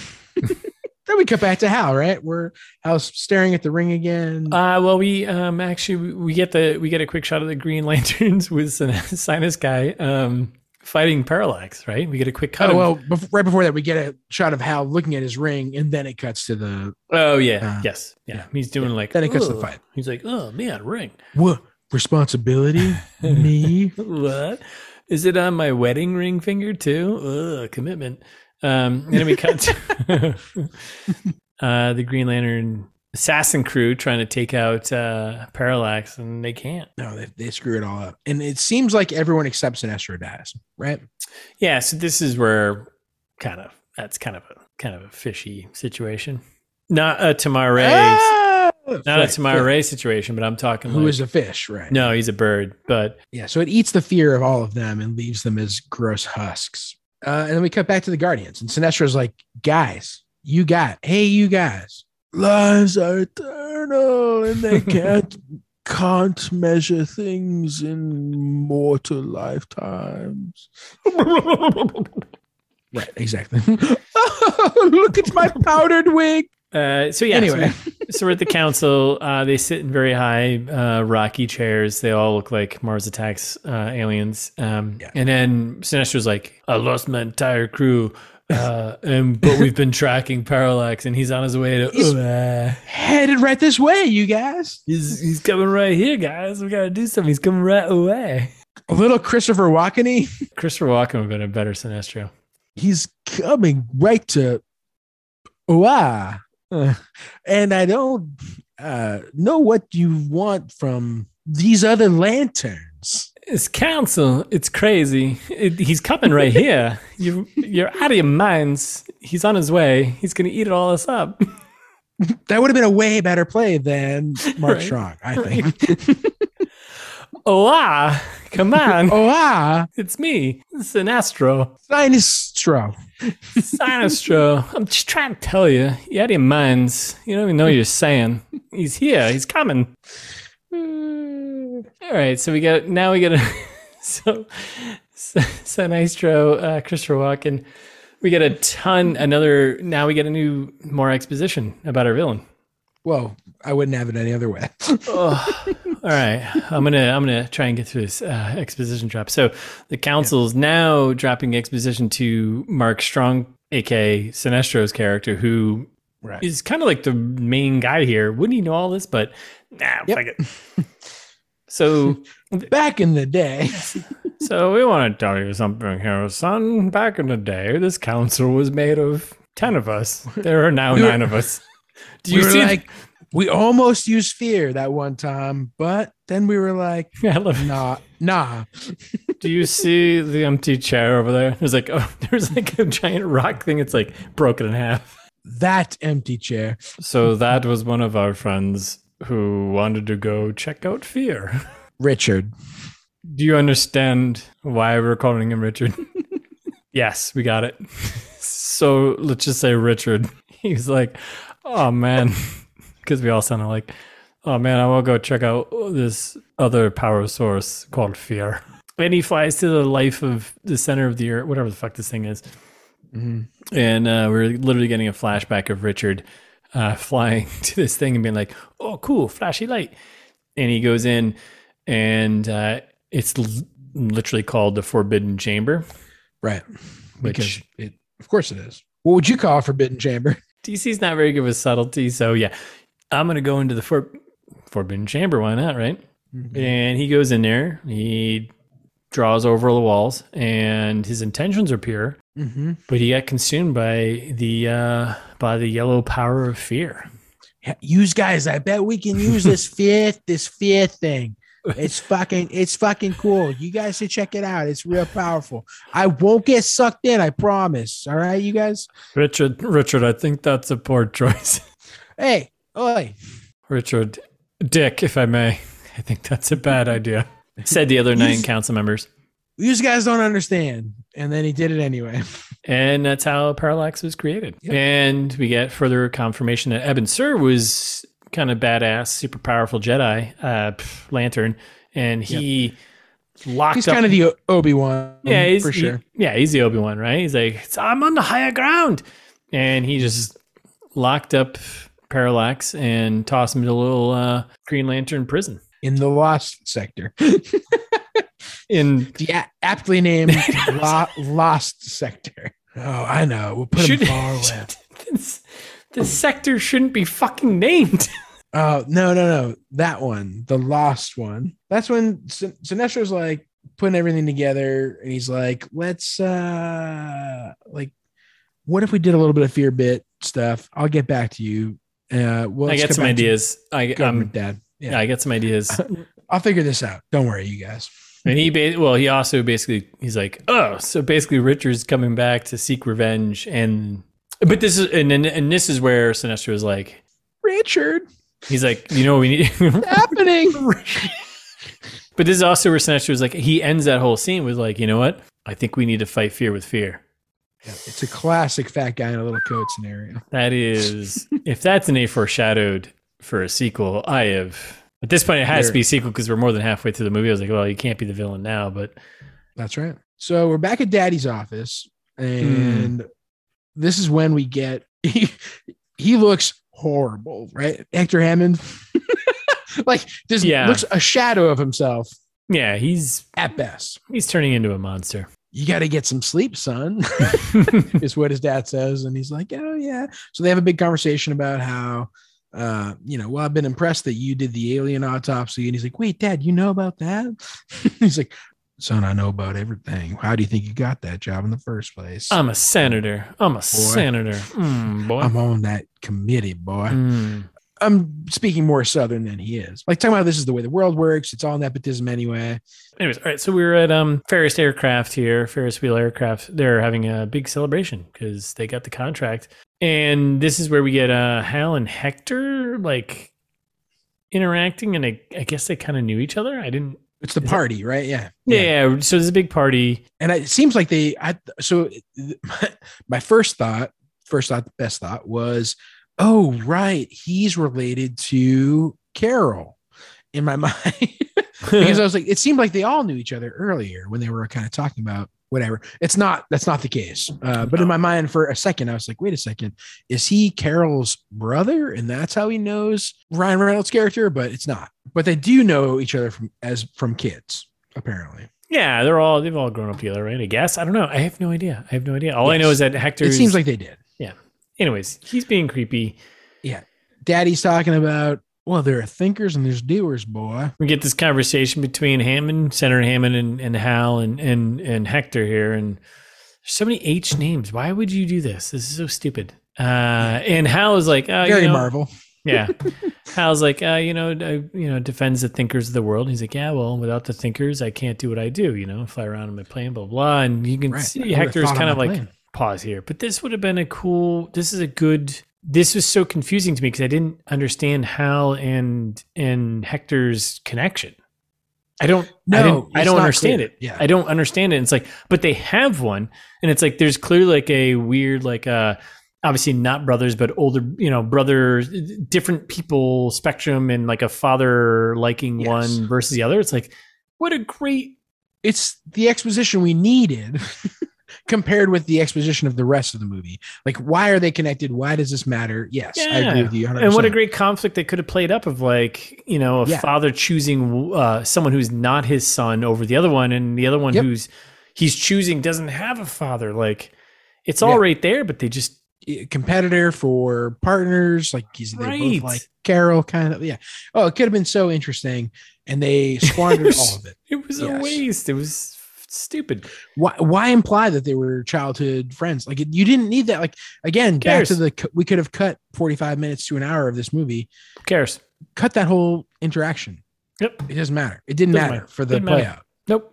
S1: we cut back to Hal. Right, we're Hal's staring at the ring again.
S2: Uh, well, we um actually we- we get the we get a quick shot of the Green Lanterns with Sin- Sinus guy um fighting Parallax. Right? We get a quick cut.
S1: oh
S2: of-
S1: well, bef- right before that, we get a shot of Hal looking at his ring, and then it cuts to the
S2: oh yeah,
S1: Uh,
S2: yes, yeah.
S1: yeah.
S2: He's doing like
S1: then it cuts to the
S2: "Ugh."
S1: fight.
S2: He's like, oh man, ring.
S1: What responsibility? Me?
S2: what is it on my wedding ring finger too Ugh, commitment um and then we cut to, uh the green lantern assassin crew trying to take out uh parallax and they can't
S1: No, they, they screw it all up. And it seems like everyone except Sinestro dies, right?
S2: yeah so this is where kind of that's kind of a kind of a fishy situation not a tamara Ray-
S1: Ah!
S2: not
S1: Right,
S2: a tamara
S1: right.
S2: Ray situation but i'm talking
S1: Who
S2: like-
S1: is a fish, right?
S2: no he's a bird but
S1: Yeah, so it eats the fear of all of them and leaves them as gross husks. Uh, and then we cut back to the Guardians, and Sinestro's like, guys, you got, hey, you guys, lives are eternal and they can't. Can't measure things in mortal lifetimes. Right, exactly. Oh, Look at my powdered wig.
S2: Uh, so yeah,
S1: Anyway.
S2: so, so we're at the council. Uh, they sit in very high, uh, rocky chairs. They all look like Mars Attacks uh, aliens. Um,
S1: Yeah.
S2: And then Sinestro's like, "I lost my entire crew, uh, and but we've been tracking Parallax, and he's on his way to.
S1: He's-
S2: Uh,
S1: Headed right this way, you guys.
S2: he's he's coming right here, guys. We gotta do something. He's coming right away.
S1: A little Christopher Walkeny.
S2: Christopher Walken would have been a better Sinestro.
S1: He's coming right to Oa. Uh, and I don't uh, know what you want from these other lanterns.
S2: It's council. It's crazy. It, he's coming right here. You, you're out of your minds. He's on his way. He's gonna eat it all us up.
S1: that would have been a way better play than Mark Strong, I think.
S2: oh ah, come on,
S1: Oh, ah,
S2: it's me, Sinestro,
S1: Sinistro.
S2: Sinestro. I'm just trying to tell you, you out of your minds. You don't even know what you're saying. He's here. He's coming.
S1: Hmm.
S2: All right, so we got now we got a so, so Sinestro, uh, Christopher Walken. We get a ton another. Now we get a new more exposition about our villain.
S1: Well, I wouldn't have it any other way.
S2: Oh, all right, I'm gonna I'm gonna try and get through this uh, exposition drop. So the council's now dropping exposition to Mark Strong, aka Sinestro's character, who
S1: right.
S2: is kind of like the main guy here. Wouldn't he know all this? But nah,
S1: Yep.
S2: fuck it. So
S1: Back in the day.
S2: So we want to tell you something here, son. Back in the day, this council was made of ten of us. There are now
S1: We were-
S2: nine of us. Do
S1: we
S2: you
S1: were
S2: see?
S1: like, we almost used fear that one time, but then we were like,
S2: I love it.
S1: nah, nah.
S2: Do you see the empty chair over there? There's like, oh, there's like a giant rock thing. It's like broken in half.
S1: That empty chair.
S2: So that was one of our friends who wanted to go check out fear.
S1: Richard.
S2: Do you understand why we're calling him Richard? yes, we got it. So let's just say Richard. He's like, oh man, because we all sound alike. Oh man, I will go check out this other power source called fear. And he flies to the life of the center of the earth, whatever the fuck this thing is.
S1: Mhm.
S2: And uh, we're literally getting a flashback of Richard uh, flying to this thing and being like, oh, cool, flashy light. And he goes in, and uh, it's l- literally called the Forbidden Chamber.
S1: Right.
S2: Which-
S1: Because it, of course it is. What would you call a forbidden chamber?
S2: DC's not very good with subtlety. So, yeah, I'm going to go into the for- Forbidden Chamber. Why not, right?
S1: Mm-hmm.
S2: And he goes in there, he draws over the walls, and his intentions are pure,
S1: Mm-hmm.
S2: but he got consumed by the. Uh, by the yellow power of fear.
S1: Use guys, I bet we can use this fear, this fear thing. It's fucking, it's fucking cool. You guys should check it out. It's real powerful. I won't get sucked in, I promise. All right, you guys.
S2: Richard, Richard, I think that's a poor choice.
S1: Hey, oi.
S2: Richard Dick, if I may. I think that's a bad idea. Said the other nine
S1: He's-
S2: council members.
S1: You guys don't understand. And then he did it anyway.
S2: And that's how Parallax was created.
S1: Yep.
S2: And we get further confirmation that Ebon Sur was kind of badass, super powerful Jedi, uh, pff, Lantern. And he locked
S1: He's
S2: up.
S1: kind of the Obi Wan.
S2: yeah, he's,
S1: Mm, for
S2: he-
S1: sure.
S2: yeah, he's the Obi Wan, right? He's like, "It's- I'm on the higher ground, and he just locked up Parallax and tossed him to a little uh, Green Lantern prison
S1: in the Lost sector.
S2: in
S1: The a- aptly named lo- Lost sector. Oh, I know. We'll put him
S2: Should-
S1: far away.
S2: this, this sector shouldn't be fucking named.
S1: Oh no, no, no! That one, the lost one. That's when Sin- Sinestro's like putting everything together, and he's like, "Let's, uh like, what if we did a little bit of fear bit stuff? I'll get back to you. Uh, well,
S2: I
S1: let's
S2: got
S1: get
S2: some
S1: back to
S2: ideas. I
S1: government,
S2: um,
S1: Dad. Yeah.
S2: yeah, I got some ideas.
S1: I'll figure this out. Don't worry, you guys.
S2: and he ba- well, he also basically he's like, oh, so basically Richard's coming back to seek revenge, and but this is and and, and this is where Sinestro is like,
S1: Richard,
S2: he's like, you know, what we need.
S1: happening.
S2: but this is also where Sinestro is like, he ends that whole scene with like, you know what? I think we need to fight fear with fear.
S1: Yeah, it's a classic fat guy in a little coat scenario.
S2: That is, if that's an A foreshadowed for a sequel, I have. At this point, it has to be a sequel because we're more than halfway through the movie. I was like, well, you can't be the villain now, but
S1: That's right. So we're back at daddy's office, and this is when we get he, he looks horrible, right? Hector Hammond. like just
S2: Yeah.
S1: looks a shadow of himself
S2: yeah, he's
S1: at best.
S2: he's turning into a monster.
S1: You gotta get some sleep, son, is what his dad says. And he's like, Oh yeah. So they have a big conversation about how uh, you know, well, I've been impressed that you did the alien autopsy. And he's like, Wait, dad, you know about that? he's like, Son, I know about everything. How do you think you got that job in the first place?
S2: I'm a senator. I'm a senator. Mm, boy.
S1: I'm on that committee, boy.
S2: Mm.
S1: I'm speaking more Southern than he is. Like talking about this is the way the world works. It's all nepotism anyway.
S2: Anyways, all right. So we were at um, Ferris Aircraft here, Ferris Wheel Aircraft. They're having a big celebration because they got the contract, and this is where we get uh, Hal and Hector like interacting, and I, I guess they kind of knew each other. I didn't.
S1: It's the
S2: Is that-
S1: party, right? Yeah.
S2: Yeah. So there's a big party.
S1: And it seems like they. I so my, my first thought, first thought, best thought was, oh right, he's related to Carol. In my mind, because uh, I was like, it seemed like they all knew each other earlier when they were kind of talking about whatever. It's not that's not the case. Uh, but in my mind, for a second, I was like, wait a second, is he Carol's brother, and that's how he knows Ryan Reynolds' character? But it's not. But they do know each other from as from kids, apparently.
S2: yeah, they're all they've all grown up together, right? I guess. I don't know. I have no idea. I have no idea. All I know
S1: Yes.
S2: is that Hector.
S1: It seems like they did.
S2: Anyways, he's being creepy.
S1: Daddy's talking about well, there are thinkers and there's doers, boy.
S2: we get this conversation between Hammond, Senator Hammond, and, and Hal and, and and Hector here, and there's so many H names. Why would you do this? This is so stupid. Uh, and Hal is like, uh,
S1: Very
S2: you know,
S1: Marvel.
S2: yeah. Hal's like, uh, you know, uh, you know, defends the thinkers of the world. He's like, yeah, well, without the thinkers, I can't do what I do. You know, fly around in my plane, blah blah. And you can
S1: Right. I
S2: see
S1: would've
S2: Hector's
S1: thought on
S2: kind of
S1: my
S2: like
S1: plane.
S2: pause here, but this would have been a cool. This is a good. This was so confusing to me because I didn't understand Hal and and Hector's connection. I don't. I, didn't- I
S1: it's
S2: don't
S1: not
S2: understand
S1: clear.
S2: it.
S1: Yeah.
S2: I don't understand it. And it's like, but they have one, and it's like there's clearly like a weird like uh obviously not brothers but older you know brothers different people spectrum and like a father liking
S1: Yes.
S2: one versus the other. It's like what a great
S1: it's the exposition we needed compared with the exposition of the rest of the movie. Like, why are they connected? Why does this matter? Yes, I
S2: Yeah.
S1: agree with you. 100%.
S2: and what a great conflict they could have played up of like you know a
S1: Yeah.
S2: father choosing uh, someone who's not his son over the other one and the other one
S1: Yep.
S2: who's he's choosing doesn't have a father like it's all
S1: Yeah.
S2: right there but they just
S1: great competitor for partners. Like, he's they
S2: Right.
S1: both like Carol, kind of. Yeah. Oh, it could have been so interesting, and they squandered all of it.
S2: it was a
S1: Yes.
S2: waste it was stupid
S1: Why? Why imply that they were childhood friends? Like, you didn't need that. Like, again, back
S2: cares?
S1: to the cu- we could have cut forty five minutes to an hour of this movie.
S2: who cares
S1: Cut that whole interaction.
S2: Yep.
S1: It doesn't matter. It didn't
S2: Doesn't
S1: matter
S2: matter.
S1: for the
S2: Didn't
S1: play
S2: matter.
S1: out.
S2: Nope.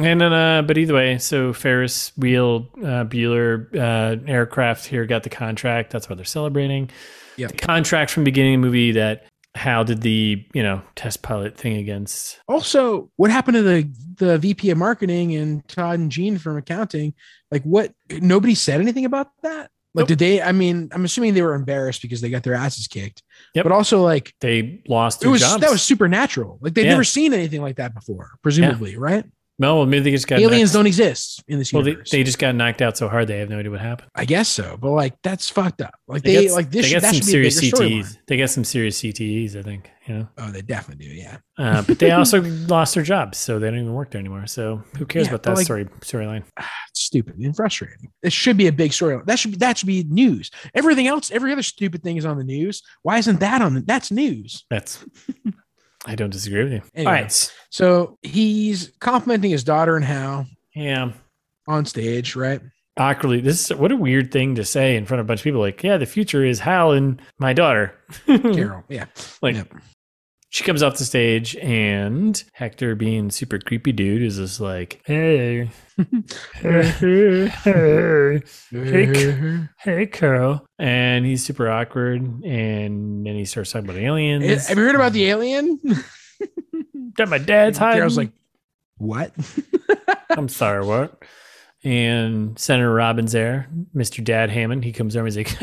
S2: And then, uh, but either way, so Ferris Wheel uh, Bueller uh, aircraft here got the contract. That's why they're celebrating.
S1: Yep.
S2: The contract from beginning of the movie that Hal did the you know test pilot thing against.
S1: also what happened to the the vp of marketing and todd and gene from accounting like what nobody said anything about that like
S2: Nope.
S1: did they i mean i'm assuming they were embarrassed because they got their asses kicked
S2: Yep.
S1: but also like
S2: They lost
S1: it
S2: their
S1: was
S2: jobs.
S1: that was supernatural like they've
S2: Yeah.
S1: never seen anything like that before presumably right
S2: no. Well, maybe they just got
S1: aliens
S2: knocked-
S1: don't exist in this
S2: Well, they,
S1: universe
S2: they just got knocked out so hard they have no idea what happened.
S1: i guess so but like that's fucked up like
S2: They
S1: they,
S2: got-
S1: like this
S2: they
S1: should,
S2: got
S1: that
S2: some
S1: should be a bigger
S2: serious CTEs.
S1: storyline
S2: They got some serious CTEs. I think you know.
S1: oh they definitely do yeah
S2: Uh, but they also lost their jobs, so they don't even work there anymore. So who cares
S1: Yeah,
S2: about
S1: but
S2: that
S1: like-
S2: story storyline?
S1: It's stupid and frustrating. It should be a big story. That should be that should be news. Everything else, every other stupid thing is on the news. Why isn't that on the that's news?
S2: That's. I don't disagree with you.
S1: Anyway.
S2: All right.
S1: So he's complimenting his daughter and Hal
S2: Yeah.
S1: on stage, right?
S2: Mm-hmm. Awkwardly, this is what a weird thing to say in front of a bunch of people. Like, yeah, the future is Hal and my daughter.
S1: Carol. Yeah.
S2: Like-
S1: Yep.
S2: she comes off the stage, and Hector, being super creepy dude, is just like, hey, hey, hey, Hey. hey, Carol. And he's super awkward. And then he starts talking about aliens.
S1: Eh, Have you heard about the alien?
S2: that my dad's hiding.
S1: Carol's like, what?
S2: I'm sorry, what? And Senator Robbins there, Mr. Dad Hammond, he comes over and he's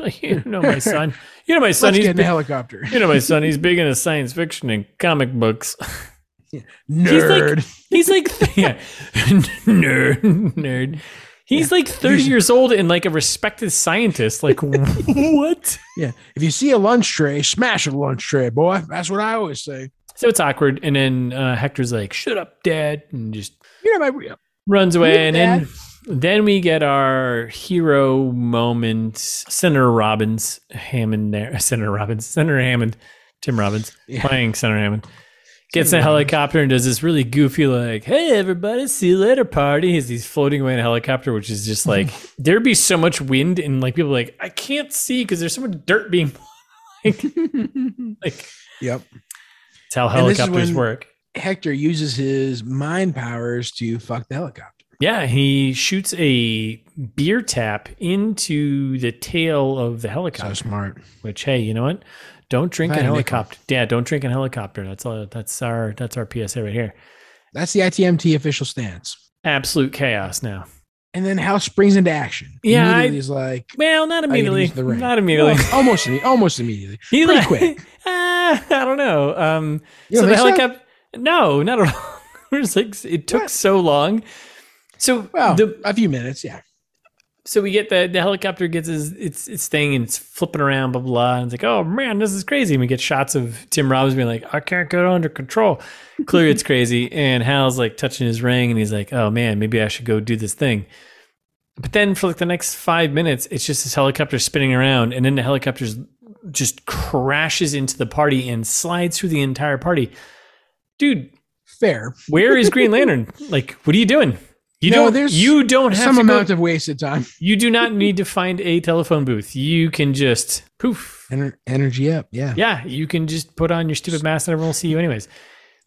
S2: like, You know my son. You know my son,
S1: Let's
S2: he's
S1: get in the
S2: big,
S1: helicopter.
S2: you know my son, he's big into science fiction and comic books. He's like-
S1: Nerd.
S2: He's like yeah, nerd nerd. He's like 30 years old and like a respected scientist. Like what?
S1: yeah. If you see a lunch tray, smash a lunch tray, boy. That's what I always say.
S2: So it's awkward. And then uh, Hector's like, shut up, dad, and just
S1: You know my real
S2: runs away,
S1: Really
S2: and then then we get our hero moment. Senator Robbins Hammond, there, Senator Robbins, Senator Hammond, Tim Robbins
S1: Yeah.
S2: playing Senator Hammond. Gets in a
S1: Senator Robbins.
S2: helicopter and does this really goofy, like, hey, everybody, see you later party. As he's floating away in a helicopter, which is just like, there'd be so much wind, and like, people are like, I can't see because there's so much dirt being like, like
S1: Yep.
S2: it's how
S1: And this is
S2: helicopters
S1: when-
S2: work.
S1: Hector uses his mind powers to fuck the helicopter.
S2: Yeah, he shoots a beer tap into the tail of the
S1: So
S2: helicopter.
S1: smart.
S2: Which, hey, you know what? Don't drink
S1: If
S2: a
S1: I had a nickel.
S2: helicopter. Yeah, don't drink a helicopter. That's all. That's our. That's our PSA right here.
S1: That's the ITMT official stance.
S2: Absolute chaos now. And
S1: And House springs into action.
S2: Yeah, I-
S1: Immediately he's like
S2: well, not
S1: gotta
S2: immediately.
S1: use the ring.
S2: Not immediately.
S1: Well, almost, imme- almost immediately.
S2: He
S1: pretty
S2: like-
S1: quick.
S2: Ah, I don't know. Um,
S1: You
S2: so
S1: don't
S2: the
S1: think so?
S2: helicopter. No, not at all. It was like it took
S1: What?
S2: so long. So
S1: Well,
S2: the
S1: a few minutes, yeah.
S2: so we get the the helicopter gets his its its thing and it's flipping around blah blah, blah and it's like oh man this is crazy and we get shots of Tim Robbins being like I can't get it under control clearly it's crazy and Hal's like touching his ring and he's like oh man maybe I should go do this thing but then for like the next five minutes it's just this helicopter spinning around and then the helicopter's just crashes into the party and slides through the entire party dude
S1: Fair.
S2: where is Green Lantern like what are you doing you
S1: No,
S2: don't
S1: there's
S2: you don't have
S1: Some
S2: to go-
S1: amount of wasted time.
S2: you do not need to find a telephone booth. You can just poof.
S1: Ener- energy up, yeah.
S2: Yeah, you can just put on your stupid mask and everyone will see you anyways.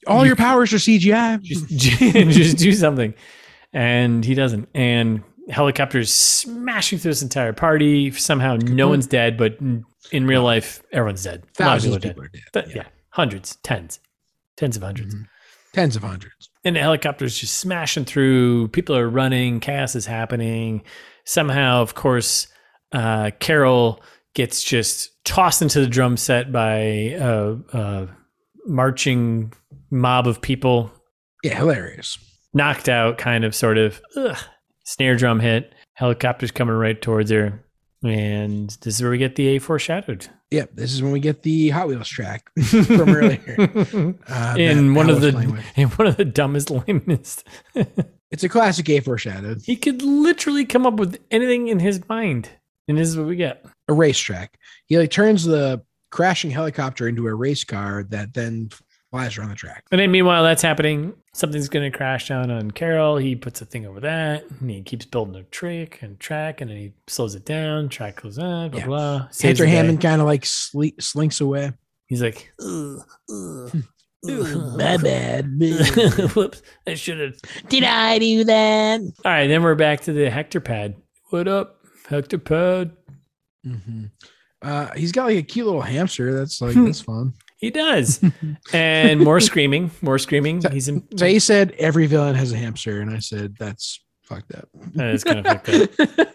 S1: All
S2: You-
S1: your powers are CGI.
S2: Just just do something. And he doesn't. And helicopters smashing through this entire party. Somehow no one's dead, but in- in real life, everyone's dead. A lot
S1: Thousands of people
S2: are
S1: are dead.
S2: dead. But, yeah. hundreds, tens, tens of 100s
S1: Mhm. Tens of hundreds.
S2: and the helicopter's just smashing through. People are running. Chaos is happening. Somehow, of course, uh, Carol gets just tossed into the drum set by a, a marching mob of people,
S1: Yeah, hilarious.
S2: knocked out, kind of, sort of. Ugh. Snare drum hit. Helicopter's coming right towards her. And this is where we get the A foreshadowed.
S1: Yep, this is when we get the Hot Wheels track from earlier. Uh,
S2: in
S1: that
S2: one
S1: Hal was
S2: of the
S1: playing with.
S2: in one of the dumbest, lamest
S1: It's a classic A foreshadowed.
S2: He could literally come up with anything in his mind. And this is what we get.
S1: a racetrack. He like turns the crashing helicopter into a race car that then flies around the track.
S2: And then meanwhile, that's happening. Something's going to crash down on Carol. He puts a thing over that and he keeps building a trick and track and then he slows it down. Track goes on, blah,
S1: Yeah.
S2: blah. Saves
S1: Hector
S2: the day.
S1: Hammond kind of like sle- slinks away. Hmm.
S2: He's like, "Ugh, ugh, ugh."
S1: My bad.
S2: Whoops. I should have.
S1: Did I do that?
S2: All right. Then we're back to the Hector pad. What up, Hector pad?
S1: hmm Uh, he's got like a cute little hamster. That's like
S2: Hmm.
S1: that's fun.
S2: He does. and more screaming, more screaming.
S1: So-
S2: He's in.
S1: So he said every villain has a hamster, and I said that's fucked up.
S2: That's kind of Uh, fucked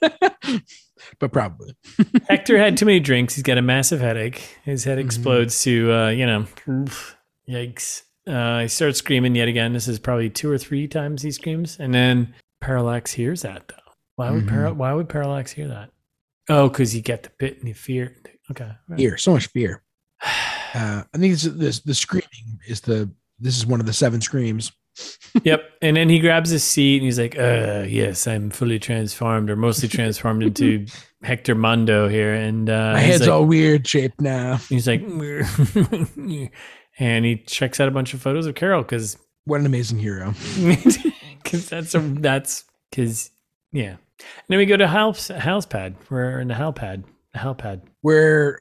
S2: up.
S1: but probably
S2: Hector had too many drinks. He's got a massive headache. His head
S1: Mhm.
S2: explodes to, uh, you know, oof, yikes. Uh, he starts screaming yet again. This is probably two or three times he screams. And then Parallax hears that, though. Why would, Para-
S1: Mm-hmm.
S2: why would Parallax hear that? Oh, because he got the pit and he fear. Okay.
S1: fear, so much fear. Uh, I think this, this the screaming is the this is one of the seven screams.
S2: yep. And then he grabs his seat and he's like, uh, yes, I'm fully transformed or mostly transformed into Hector Mondo here. And uh,
S1: My
S2: he's
S1: head's
S2: like-
S1: all weird shaped now.
S2: He's like, and he checks out a bunch of photos of Carol because
S1: What an amazing hero.
S2: that's a, that's because yeah. And then we go to house house pad. We're in the house pad. The house pad.
S1: where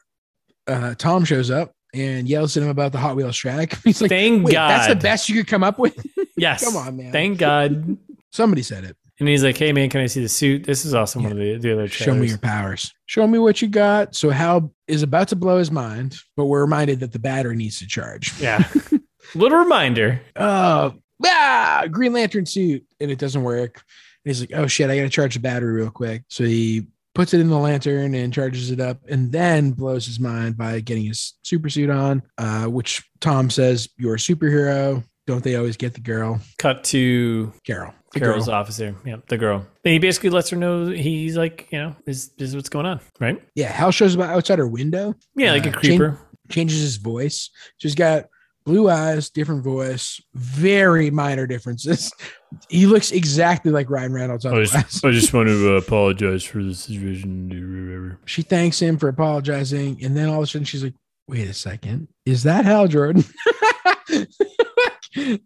S1: uh, Tom shows up and yells at him about the Hot Wheels track. He's like,
S2: Thank
S1: "Wait,
S2: God.
S1: that's the best you could come up with."
S2: Yes.
S1: Come on, man.
S2: Thank God.
S1: Somebody said it.
S2: And he's like, hey man, can I see the suit? This is also one of the, the other
S1: Show me
S2: trailers.
S1: your powers. Show me what you got. So Hal is about to blow his mind, but we're reminded that the battery needs to charge.
S2: yeah. Little reminder.
S1: Uh, ah, Green Lantern suit, and it doesn't work. And he's like, "Oh shit, I gotta charge the battery real quick." So he puts it in the lantern and charges it up, and then blows his mind by getting his super suit on. Uh, which Tom says, "You're a superhero." Don't they always get the girl?
S2: Cut to
S1: Carol. The
S2: Carol's
S1: girl.
S2: officer. Yeah, the girl. And he basically lets her know he's like, you know, this, this is what's going on, right?
S1: Yeah, Hal shows up outside her window,
S2: Yeah, like
S1: Uh,
S2: a
S1: Jane-
S2: creeper.
S1: changes his voice. She's got blue eyes, different voice, very minor differences. He looks exactly like Ryan Reynolds.
S2: I
S1: Otherwise.
S2: just, I just want to uh, apologize for the situation.
S1: she thanks him for apologizing, and then all of a sudden she's like, "Wait a second, is that Hal Jordan?"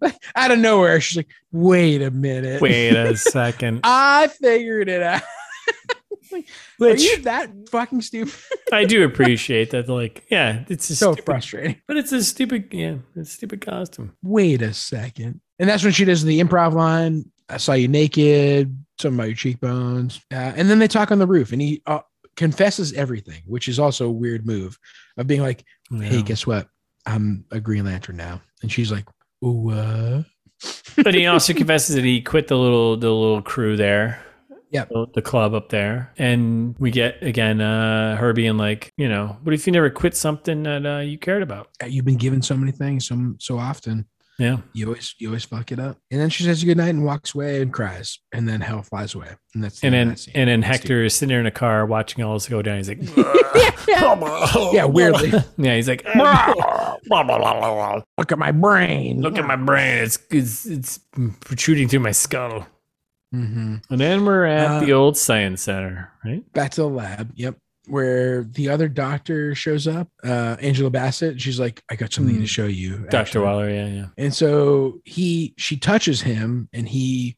S1: Like, out of nowhere, she's like, "Wait a minute,
S2: Wait a second.
S1: I figured it out." Are
S2: Which
S1: you that fucking stupid?
S2: I do appreciate that. Like, yeah, it's a
S1: So
S2: stupid,
S1: frustrating.
S2: but it's a stupid, yeah, it's a stupid costume.
S1: Wait a second. And that's when she does the improv line. I saw you naked. Something about your cheekbones. Uh, and then they talk on the roof, and he uh, confesses everything, which is also a weird move of being like, "Hey,
S2: Yeah.
S1: guess what? I'm a Green Lantern now." And she's like, "Ooh, uh,
S2: but he also confesses that he quit the little the little crew there.
S1: Yep.
S2: The, the club up there. And we get again uh her being like, you know, what if you never quit something that uh, you cared about?
S1: you've been given so many things so so often.
S2: Yeah.
S1: You always you always fuck it up." And then she says good night and walks away and cries, and then hell flies away, and that's the
S2: And
S1: end of
S2: then
S1: that scene.
S2: and then
S1: That's
S2: Hector is sitting there in a car watching all this go down. He's like
S1: Oh, Yeah, weirdly.
S2: Yeah, he's like
S1: Look at my brain.
S2: Look at my brain. It's it's it's protruding through my skull.
S1: hmm
S2: And then we're at
S1: Uh,
S2: the old science center, right?
S1: back to the lab. Yep. Where the other doctor shows up, uh, Angela Bassett. She's like, I got something
S2: Hmm.
S1: to show you,
S2: Dr.
S1: actually."
S2: Waller, yeah, yeah.
S1: And so he, she touches him and he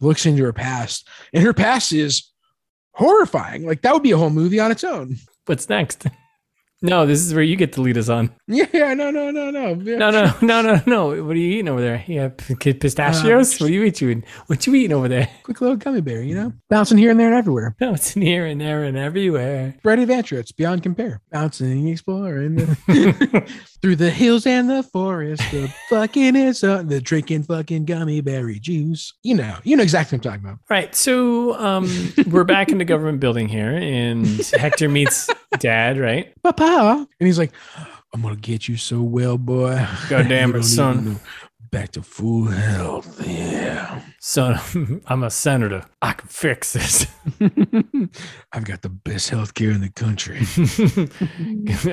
S1: looks into her past. And her past is horrifying. Like, that would be a whole movie on its own.
S2: What's next? No, this is where you get to lead us on.
S1: Yeah. No, no, no, no.
S2: No, no, no, no, no. What are you eating over there? Yeah, p- p- pistachios.
S1: Um,
S2: what are you eating? What you eating over there?
S1: Quick little gummy bear, you know, bouncing here and there and everywhere.
S2: No, it's in here and there and everywhere.
S1: Bright adventure. It's beyond compare. Bouncing, exploring the, through the hills and the forest. The fucking is uh, the drinking fucking gummy berry juice. You know, you know exactly what I'm talking about.
S2: Right. So um, we're back in the government building here, and Hector meets Dad. Right.
S1: Papa. And he's like, I'm going to get you so well, boy.
S2: God damn
S1: You
S2: it,
S1: don't even
S2: son.
S1: know. Back to full health. Yeah.
S2: So I'm a senator. I can fix this.
S1: I've got the best health care in the country.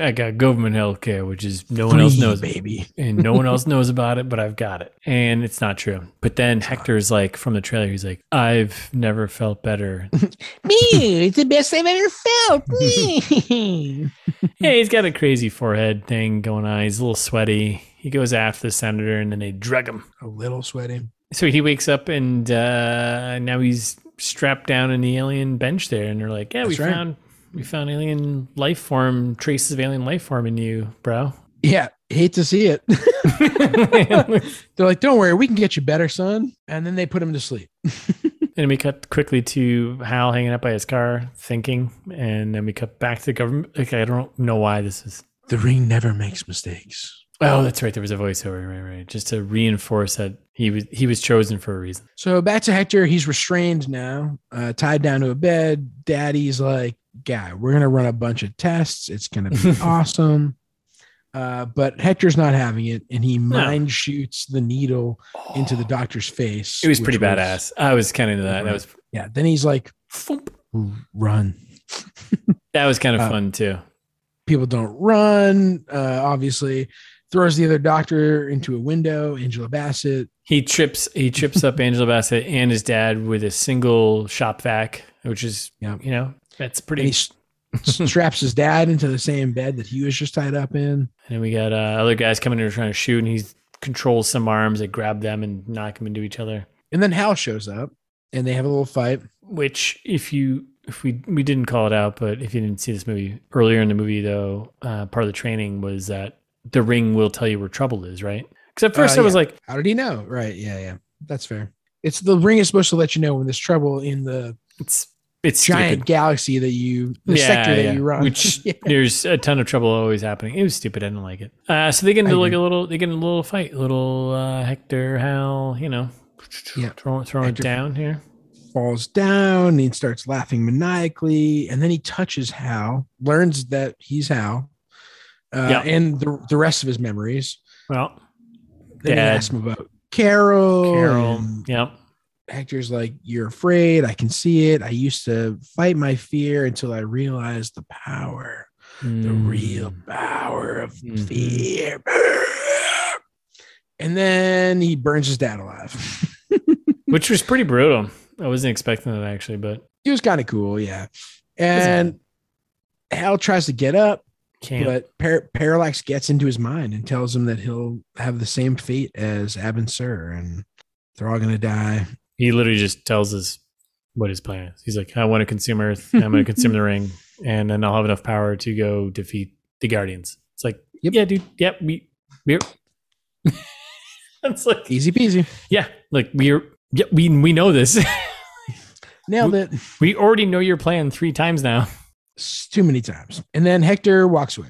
S2: I got government health care, which is no one else
S1: Free,
S2: knows.
S1: baby.
S2: and no one else knows about it, but I've got it. And it's not true. But then Hector's like from the trailer, he's like, I've never felt better.
S1: Me, it's the best I've ever felt. Me.
S2: yeah, he's got a crazy forehead thing going on. He's a little sweaty. He goes after the senator and then they drug him.
S1: a little sweaty.
S2: So he wakes up and uh, now he's strapped down in the alien bench there and they're like, Yeah,
S1: That's
S2: we
S1: right.
S2: found we found alien life form, traces of alien life form in you, bro.
S1: Yeah, hate to see it.
S2: and
S1: They're like, don't worry, we can get you better, son. And then they put him to sleep.
S2: we cut quickly to Hal hanging up by his car, thinking, and then we cut back to the government. Okay, I don't know why this is.
S1: The ring never makes mistakes.
S2: Oh, that's right. There was a voiceover, right, right, just to reinforce that he was he was chosen for a reason.
S1: So back to Hector. He's restrained now, uh, tied down to a bed. Daddy's like, guy, we're going to run a bunch of tests. It's going to be awesome. Uh, but Hector's not having it, and he mind shoots the needle into the doctor's face.
S2: Oh. It was
S1: which
S2: pretty badass. I was kind of into that. That was
S1: Yeah. Then he's like, run.
S2: that was kind of
S1: Uh,
S2: fun too.
S1: people don't run. Uh, obviously, throws the other doctor into a window. Angela Bassett.
S2: He trips he trips up Angela Bassett and his dad with a single shop vac, which is
S1: Yeah.
S2: you know that's
S1: And he
S2: pretty.
S1: s- straps his dad into the same bed that he was just tied up in.
S2: And then we got uh, other guys coming in trying to shoot, and he controls some arms. They grab them and knock them into each other.
S1: And then Hal shows up, and they have a little fight.
S2: Which, if you if we we didn't call it out, but if you didn't see this movie earlier in the movie, though, uh, part of the training was that the ring will tell you where trouble is, right? Because at first
S1: Uh,
S2: I was
S1: yeah.
S2: like,
S1: How did he know? Right? Yeah, yeah. That's fair. It's the ring is supposed to let you know when there's trouble in the
S2: it's it's
S1: giant
S2: stupid.
S1: galaxy that you, the sector that you run.
S2: Which
S1: Yeah.
S2: there's a ton of trouble always happening. It was stupid. I didn't like it. Uh, so they get into
S1: I
S2: like a little, they get into a little fight, little uh, Hector, Hal, you know,
S1: Yeah.
S2: throwing throwing it
S1: Hector-
S2: down here.
S1: falls down and he starts laughing maniacally and then he touches hal learns that he's hal uh,
S2: Yeah.
S1: and the, the rest of his memories
S2: Well,
S1: then he
S2: Dad.
S1: asks him about carol
S2: Carol,
S1: and
S2: yeah.
S1: hector's like you're afraid i can see it i used to fight my fear until i realized the power the
S2: Mm.
S1: real power of
S2: Mhm.
S1: fear and then he burns his dad alive
S2: which was pretty brutal. I wasn't expecting that actually, but
S1: he was kind of cool, yeah. And Hal tries to get up,
S2: can't.
S1: but Par- Parallax gets into his mind and tells him that he'll have the same fate as Abin Sur, and they're all gonna die.
S2: he literally just tells us what his plan is. He's like, I want to consume Earth. and I'm going to consume the ring, and then I'll have enough power to go defeat the Guardians. It's like,
S1: Yep.
S2: yeah, dude. Yep, we we're. it's like,
S1: Easy peasy.
S2: yeah, like we're. Yeah, we we know this.
S1: Nailed it.
S2: we already know your plan three times now.
S1: It's too many times. And then Hector walks away.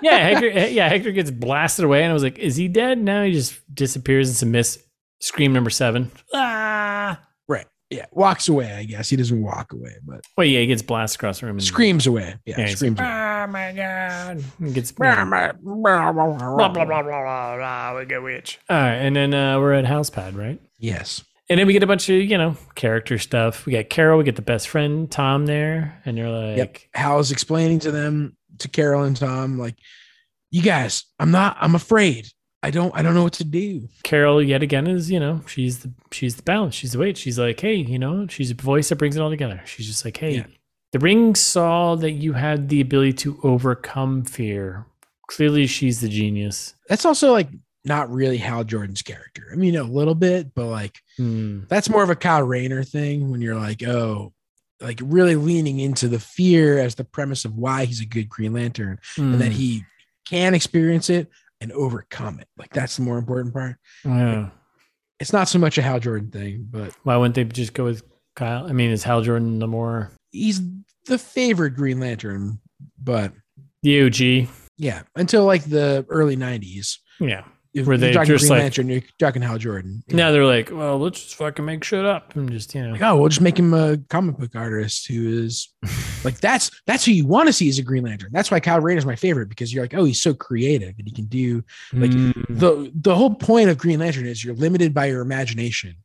S2: yeah, Hector, yeah, Hector gets blasted away, and I was like, "Is he dead?" Now he just disappears into mist. Scream number seven. Ah!
S1: Right. Yeah. Walks away, I guess. He doesn't walk away, but
S2: Well, yeah, he gets blasted across the room. And
S1: screams away. Yeah.
S2: Mm. Yeah, he's
S1: screams away.
S2: Oh my god! And gets blah
S1: Blah, blah,
S2: "Ah, blah blah blah blah blah. We get witch. All right, and then uh, we're at House Pad, right?
S1: Yes.
S2: And then we get a bunch of you know character stuff. We got Carol. We get the best friend Tom there, and you're like,
S1: Yep. Hal's explaining to them, to Carol and Tom, like, you guys, I'm not, I'm afraid. I don't, I don't know what to do.
S2: Carol yet again is, you know, she's the she's the balance, she's the weight. She's like, hey, you know, she's a voice that brings it all together. She's just like, hey,
S1: Yeah.
S2: the ring saw that you had the ability to overcome fear. Clearly, she's the genius.
S1: That's also like not really Hal Jordan's character. I mean, a little bit, but like,
S2: Hmm.
S1: that's more of a Kyle Rayner thing when you're like, oh, like really leaning into the fear as the premise of why he's a good Green Lantern and that
S2: Hmm.
S1: he can experience it and overcome it. Like that's the more important part.
S2: Yeah.
S1: It's not so much a Hal Jordan thing, but
S2: Why wouldn't they just go with Kyle? I mean, is Hal Jordan the more
S1: he's the favorite Green Lantern. But
S2: the OG?
S1: yeah, until like the early 90s.
S2: Yeah.
S1: If
S2: Were
S1: you're
S2: they
S1: talking
S2: just
S1: Green
S2: like-
S1: Lantern, you're talking Hal Jordan.
S2: Now they're like, well, let's just fucking make shit up and just you know.
S1: Like, oh, we'll just make him a comic book artist who is like that's that's who you want to see as a Green Lantern. That's why Kyle Rayner is my favorite because you're like, oh, he's so creative and he can do Like,
S2: Hmm.
S1: the the whole point of Green Lantern is you're limited by your imagination.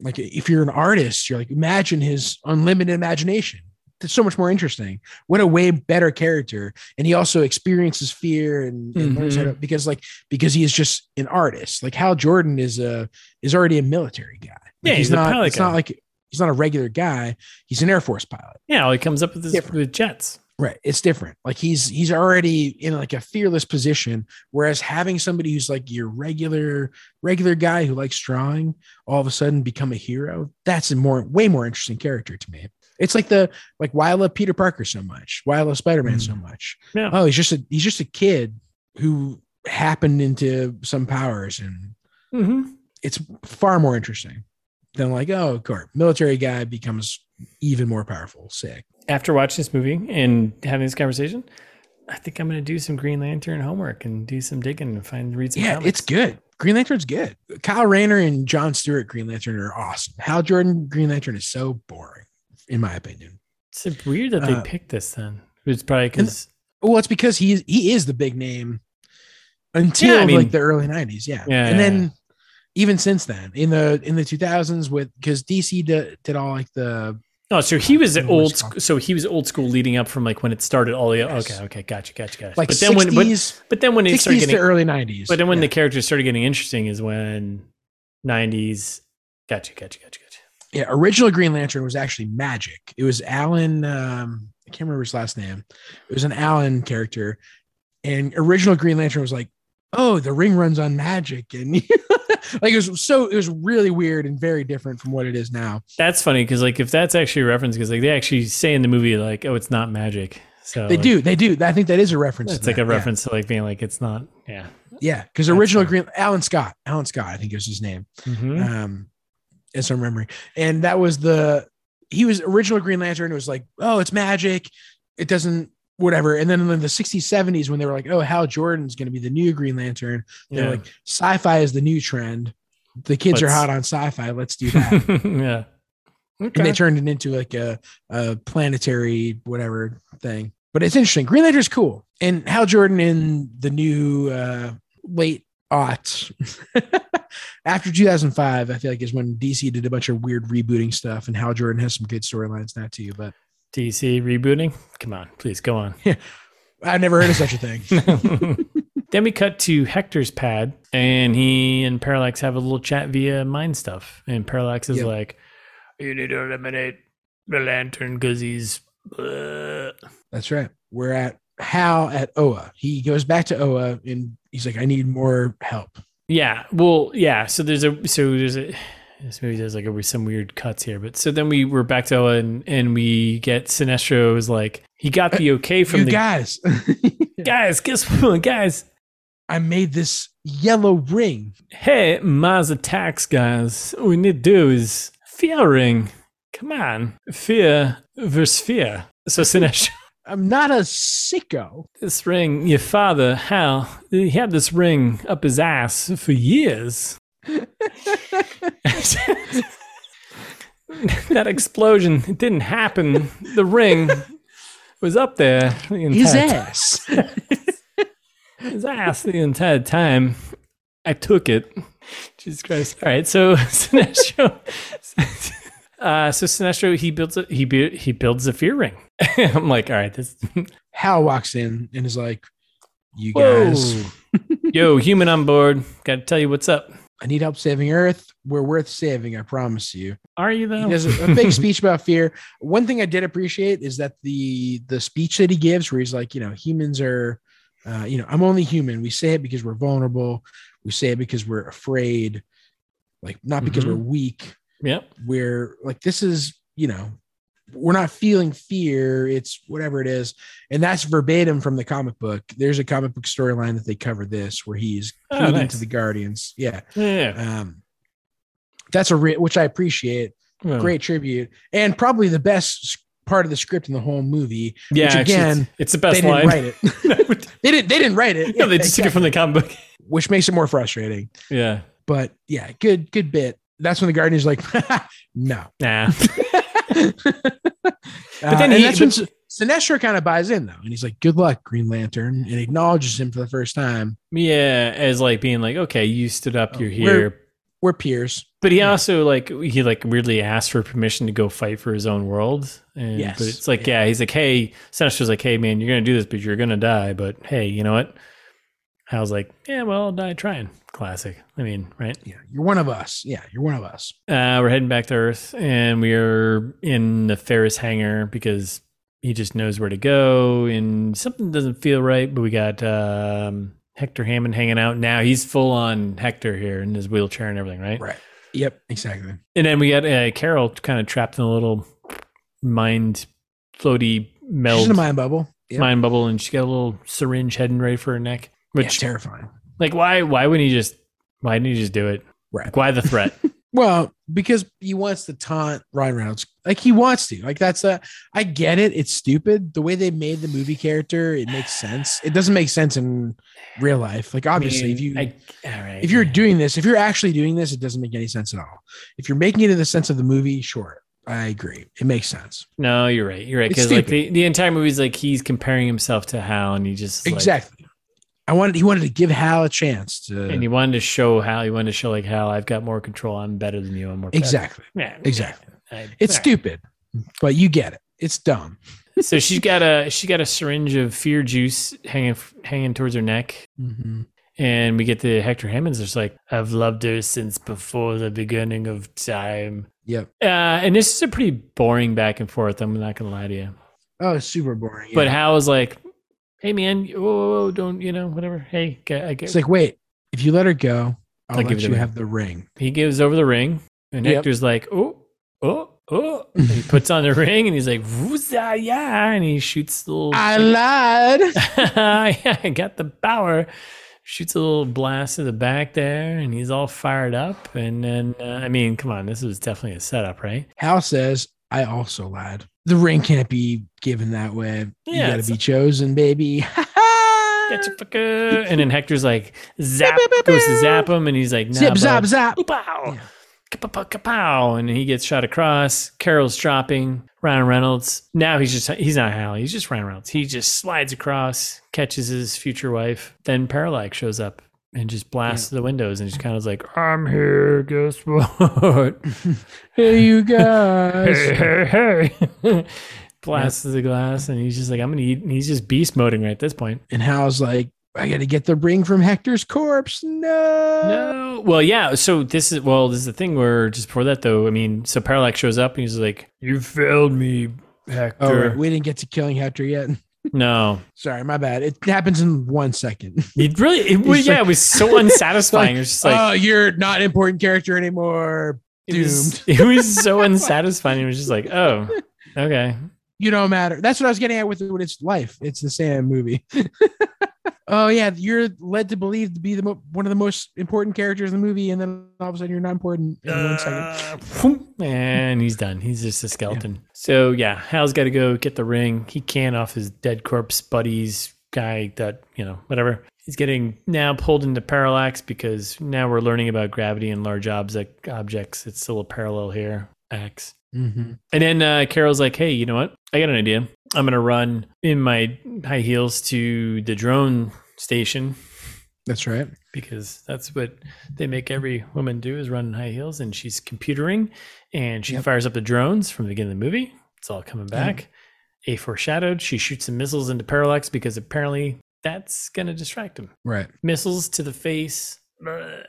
S1: Like if you're an artist, you're like imagine his unlimited imagination. That's so much more interesting. What a way better character, and he also experiences fear and, and learns how
S2: Mm-hmm.
S1: to because like because he is just an artist. Like Hal Jordan is a is already a military guy. Like,
S2: Yeah, he's a
S1: not.
S2: pilot
S1: it's
S2: guy.
S1: not like he's not a regular guy. He's an Air Force pilot.
S2: yeah, he comes up with this
S1: Different.
S2: with jets.
S1: Right. It's different. Like he's he's already in like a fearless position. Whereas having somebody who's like your regular, regular guy who likes drawing all of a sudden become a hero, that's a more way more interesting character to me. It's like the like why I love Peter Parker so much, why I love Spider-Man so much.
S2: Yeah.
S1: Oh, he's just a he's just a kid who happened into some powers and
S2: Mm-hmm.
S1: it's far more interesting than like, oh, of course, military guy becomes even more powerful. Sick.
S2: after watching this movie and having this conversation, I think I'm going to do some Green Lantern homework and do some digging and find read some.
S1: Yeah,
S2: comics.
S1: it's good. Green Lantern's good. Kyle Rayner and John Stewart Green Lantern are awesome. Hal Jordan Green Lantern is so boring, in my opinion.
S2: it's weird that they
S1: uh,
S2: picked this. Then it's probably because
S1: Well, it's because he is he is the big name until
S2: Yeah, I mean-
S1: like the early '90s. Yeah,
S2: Yeah,
S1: and
S2: yeah,
S1: then even since then, in the in the 2000s, with because DC did, did all like the
S2: oh, so he was the
S1: It
S2: old.
S1: was
S2: sc- So he was old school leading up from like when it started. All the
S1: Yes.
S2: okay, okay, gotcha, gotcha, gotcha.
S1: like
S2: but then
S1: 60s,
S2: when but, but then when it
S1: 60s
S2: started
S1: to
S2: getting
S1: early 90s.
S2: but then when
S1: Yeah.
S2: the characters started getting interesting is when 90s. Gotcha, gotcha, gotcha, gotcha.
S1: yeah, original Green Lantern was actually magic. It was Alan. Um, I can't remember his last name. It was an Alan character, and original Green Lantern was like, "Oh, the ring runs on magic," and like it was so it was really weird and very different from what it is now.
S2: That's funny because like if that's actually a reference because like they actually say in the movie like oh it's not magic. So
S1: They
S2: like,
S1: do, they do. I think that is a reference. to
S2: It's like
S1: that.
S2: a reference to like being like it's not. Yeah.
S1: Yeah, because
S2: That's
S1: original
S2: fine.
S1: Green Alan Scott, Alan Scott, I think is his name.
S2: Mm-hmm.
S1: um as I'm remembering. And that was the he was original Green Lantern it was like, oh, it's magic, it doesn't whatever. And then in the 60s, 70s, when they were like, oh, Hal Jordan's gonna be the new Green Lantern, they're
S2: yeah.
S1: like, sci-fi is the new trend. The kids are
S2: Let's-
S1: hot on sci-fi, let's do that.
S2: yeah.
S1: And
S2: Okay.
S1: they turned it into like a, a planetary whatever thing. But it's interesting. Green Lantern's cool. And Hal Jordan in the new uh, late aughts after 2005, I feel like is when DC did a bunch of weird rebooting stuff. And Hal Jordan has some good storylines now too. But
S2: DC rebooting. Come on, please go on.
S1: I never heard of such a thing.
S2: then we cut to Hector's pad, and he and Parallax have a little chat via mind stuff. And Parallax is
S1: Yep.
S2: like, "You need to eliminate the lantern because he's." uh."
S1: That's right. We're at Hal at Oa. He goes back to Oa and he's like, I need more help.
S2: Yeah. Well. Yeah. So there's a. So there's a. This movie does like a, some weird cuts here, but so then we were back to Oa and, and we get Sinestro is like he got the okay from
S1: you
S2: the
S1: guys,
S2: guys. Guess what, guys?
S1: I made this yellow ring.
S2: Hey, Mars attacks, guys. What we need to do is fear ring. Come on, fear versus fear. So Sinestro
S1: I'm not a sicko.
S2: This ring, your father, Hal, he had this ring up his ass for years. that explosion it didn't happen. The ring was up there. The entire
S1: His
S2: ti-
S1: ass.
S2: his ass the entire time. I took it. Jesus Christ! All right, so Sinestro, uh, so Sinestro, he builds a, he bu- he builds a fear ring. I'm like, all right, this
S1: Hal walks in and is like, "You
S2: Whoa.
S1: guys,
S2: yo human on board. Got to tell you what's up.
S1: I need help saving Earth. We're worth saving. I promise you."
S2: Are you
S1: He
S2: though?
S1: does a a big speech about fear. One thing I did appreciate is that the the speech that he gives, where he's like, you know, humans are, uh, you know, I'm only human. We say it because we're vulnerable. We say it because we're afraid, like not because
S2: Mhm.
S1: we're weak.
S2: Yep.
S1: We're like this is, you know, we're not feeling fear. It's whatever it is, and that's verbatim from the comic book. There's a comic book storyline that they cover this, where he's
S2: Oh,
S1: pleading
S2: nice.
S1: to the Guardians. Yeah,
S2: Yeah.
S1: um, that's a re- which I appreciate
S2: Well,
S1: great tribute and probably the best s- part of the script in the whole movie.
S2: Yeah.
S1: which
S2: actually,
S1: again,
S2: it's, it's the best
S1: they didn't
S2: line.
S1: write it. They didn't. They didn't write it.
S2: no, they just took it from the comic book.
S1: which makes it more frustrating.
S2: Yeah.
S1: But yeah, good good bit. That's when the gardener's like, no.
S2: Nah.
S1: Uh,
S2: then
S1: and
S2: he-
S1: that's when S- Sinestro kind of buys in though, and he's like, "Good luck, Green Lantern," and acknowledges him for the first time.
S2: Yeah. As like being like, okay, you stood up,
S1: Oh,
S2: you're
S1: we're-
S2: here.
S1: We're peers.
S2: But he
S1: yeah.
S2: also like he like weirdly asked for permission to go fight for his own world. And
S1: Yes.
S2: but it's like, yeah. he's like, hey, Sinestro's like, hey man, you're gonna do this, but you're gonna die. But hey, you know what? Hal's like, yeah, well, I'll die trying. Classic. I mean, right?
S1: Yeah, you're one of us. Yeah, you're one of us.
S2: Uh, we're heading back to Earth, and we are in the Ferris hangar because he just knows where to go, and something doesn't feel right. But we got um, Hector Hammond hanging out now. He's full on Hector here in his wheelchair and everything, right?
S1: Right. Yep, exactly.
S2: And then we got uh, Carol kind of trapped in a little mind floaty meld
S1: She's in a mind bubble. Yep.
S2: mind bubble, and she got a little syringe heading right for her neck.
S1: Yeah,
S2: Which,
S1: terrifying.
S2: like, why? Why wouldn't he just? Why didn't he just do it?
S1: Right.
S2: Like, why the threat?
S1: Well, because he wants to taunt Ryan Reynolds, like he wants to. Like that's a. I get it. It's stupid. The way they made the movie character, it makes sense. It doesn't make sense in real life. Like obviously, if you
S2: I, all right,
S1: if you're
S2: yeah.
S1: doing this, if you're actually doing this, it doesn't make any sense at all. If you're making it in the sense of the movie, sure, I agree. It makes sense.
S2: No, you're right. You're right.
S1: It's
S2: Because like the,
S1: stupid.
S2: the entire movie's like he's comparing himself to Hal, and he just like-
S1: exactly. I wanted. He wanted to give Hal a chance to.
S2: and he wanted to show Hal. He wanted to show like Hal, I've got more control. I'm better than you. I'm more
S1: exactly.
S2: better. Yeah,
S1: Exactly.
S2: yeah, I-
S1: It's
S2: all right.
S1: stupid, but you get it. It's dumb.
S2: so she's got a she got a syringe of fear juice hanging hanging towards her neck.
S1: Mm-hmm.
S2: And we get the Hector Hammonds just like, I've loved her since before the beginning of time.
S1: Yep.
S2: Uh, and this is a pretty boring back and forth. I'm not going to lie to you.
S1: Oh, it's super boring.
S2: But
S1: yeah.
S2: Hal is like, hey, man, whoa, whoa, whoa, don't, you know, whatever. Hey, g- I get
S1: It's like, wait, if you let her go, I'll,
S2: I'll
S1: let
S2: give you
S1: you
S2: the ring.
S1: have the ring.
S2: he gives over the ring, and
S1: Yep.
S2: Hector's like, oh, oh, oh. And he puts on the ring, and he's like, "Wooza, yeah, and he shoots the little.
S1: lied.
S2: yeah, I got the power. Shoots a little blast to the back there, and he's all fired up. And then, uh, I mean, come on, this was definitely a setup, right?
S1: Hal says, I also lied. The ring can't be given that way. you
S2: Yeah, it's-
S1: gotta be chosen, baby.
S2: Gotcha, fucker. And then Hector's like, zap, goes to zap him, and he's like, nah,
S1: Zip,
S2: bud.
S1: zap, zap.
S2: Pow.
S1: Yeah.
S2: Pow. And he gets shot across. Carol's dropping. Ryan Reynolds. Now he's just, he's not Hal. He's just Ryan Reynolds. He just slides across, catches his future wife. Then Parallax shows up and just blasts the windows and just kind of is like, I'm here. Guess what?
S1: Here you guys.
S2: hey, hey, hey. blasts the glass. And he's just like, I'm going to eat. And he's just beast moding right at this point.
S1: and Hal's like, I gotta get the ring from Hector's corpse. No.
S2: No. Well, yeah. So this is well, this is the thing where just before that though, I mean, so Parallax shows up and he's like, "You failed me,
S1: Oh,
S2: Hector."
S1: right, we didn't get to killing Hector yet.
S2: No,
S1: Sorry, my bad. It happens in one second.
S2: it really, it, well,
S1: He's
S2: yeah,
S1: like-
S2: it was so unsatisfying. It's just like,
S1: oh, you're not an important character anymore.
S2: It was, it was so unsatisfying. It was just like, oh, okay.
S1: You don't matter. That's what I was getting at with it. When it's life, it's the same movie. oh yeah, you're led to believe to be the mo- one of the most important characters in the movie, and then all of a sudden you're not important
S2: Uh,
S1: in one second.
S2: and he's done. He's just a skeleton. So yeah, Hal's got to go get the ring. He can off his dead corpse buddies guy that you know whatever. He's getting now pulled into parallax because now we're learning about gravity and large object objects. It's still a parallel here. X.
S1: Mm-hmm.
S2: And then uh, Carol's like, "Hey, you know what? I got an idea. I'm gonna run in my high heels to the drone station
S1: That's right.
S2: because that's what they make every woman do is run in high heels." And she's computering, and she
S1: Yep.
S2: fires up the drones from the beginning of the movie. It's all coming back. A foreshadowed. She shoots some missiles into parallax because apparently that's gonna distract him.
S1: Right.
S2: Missiles to the face. Brrr.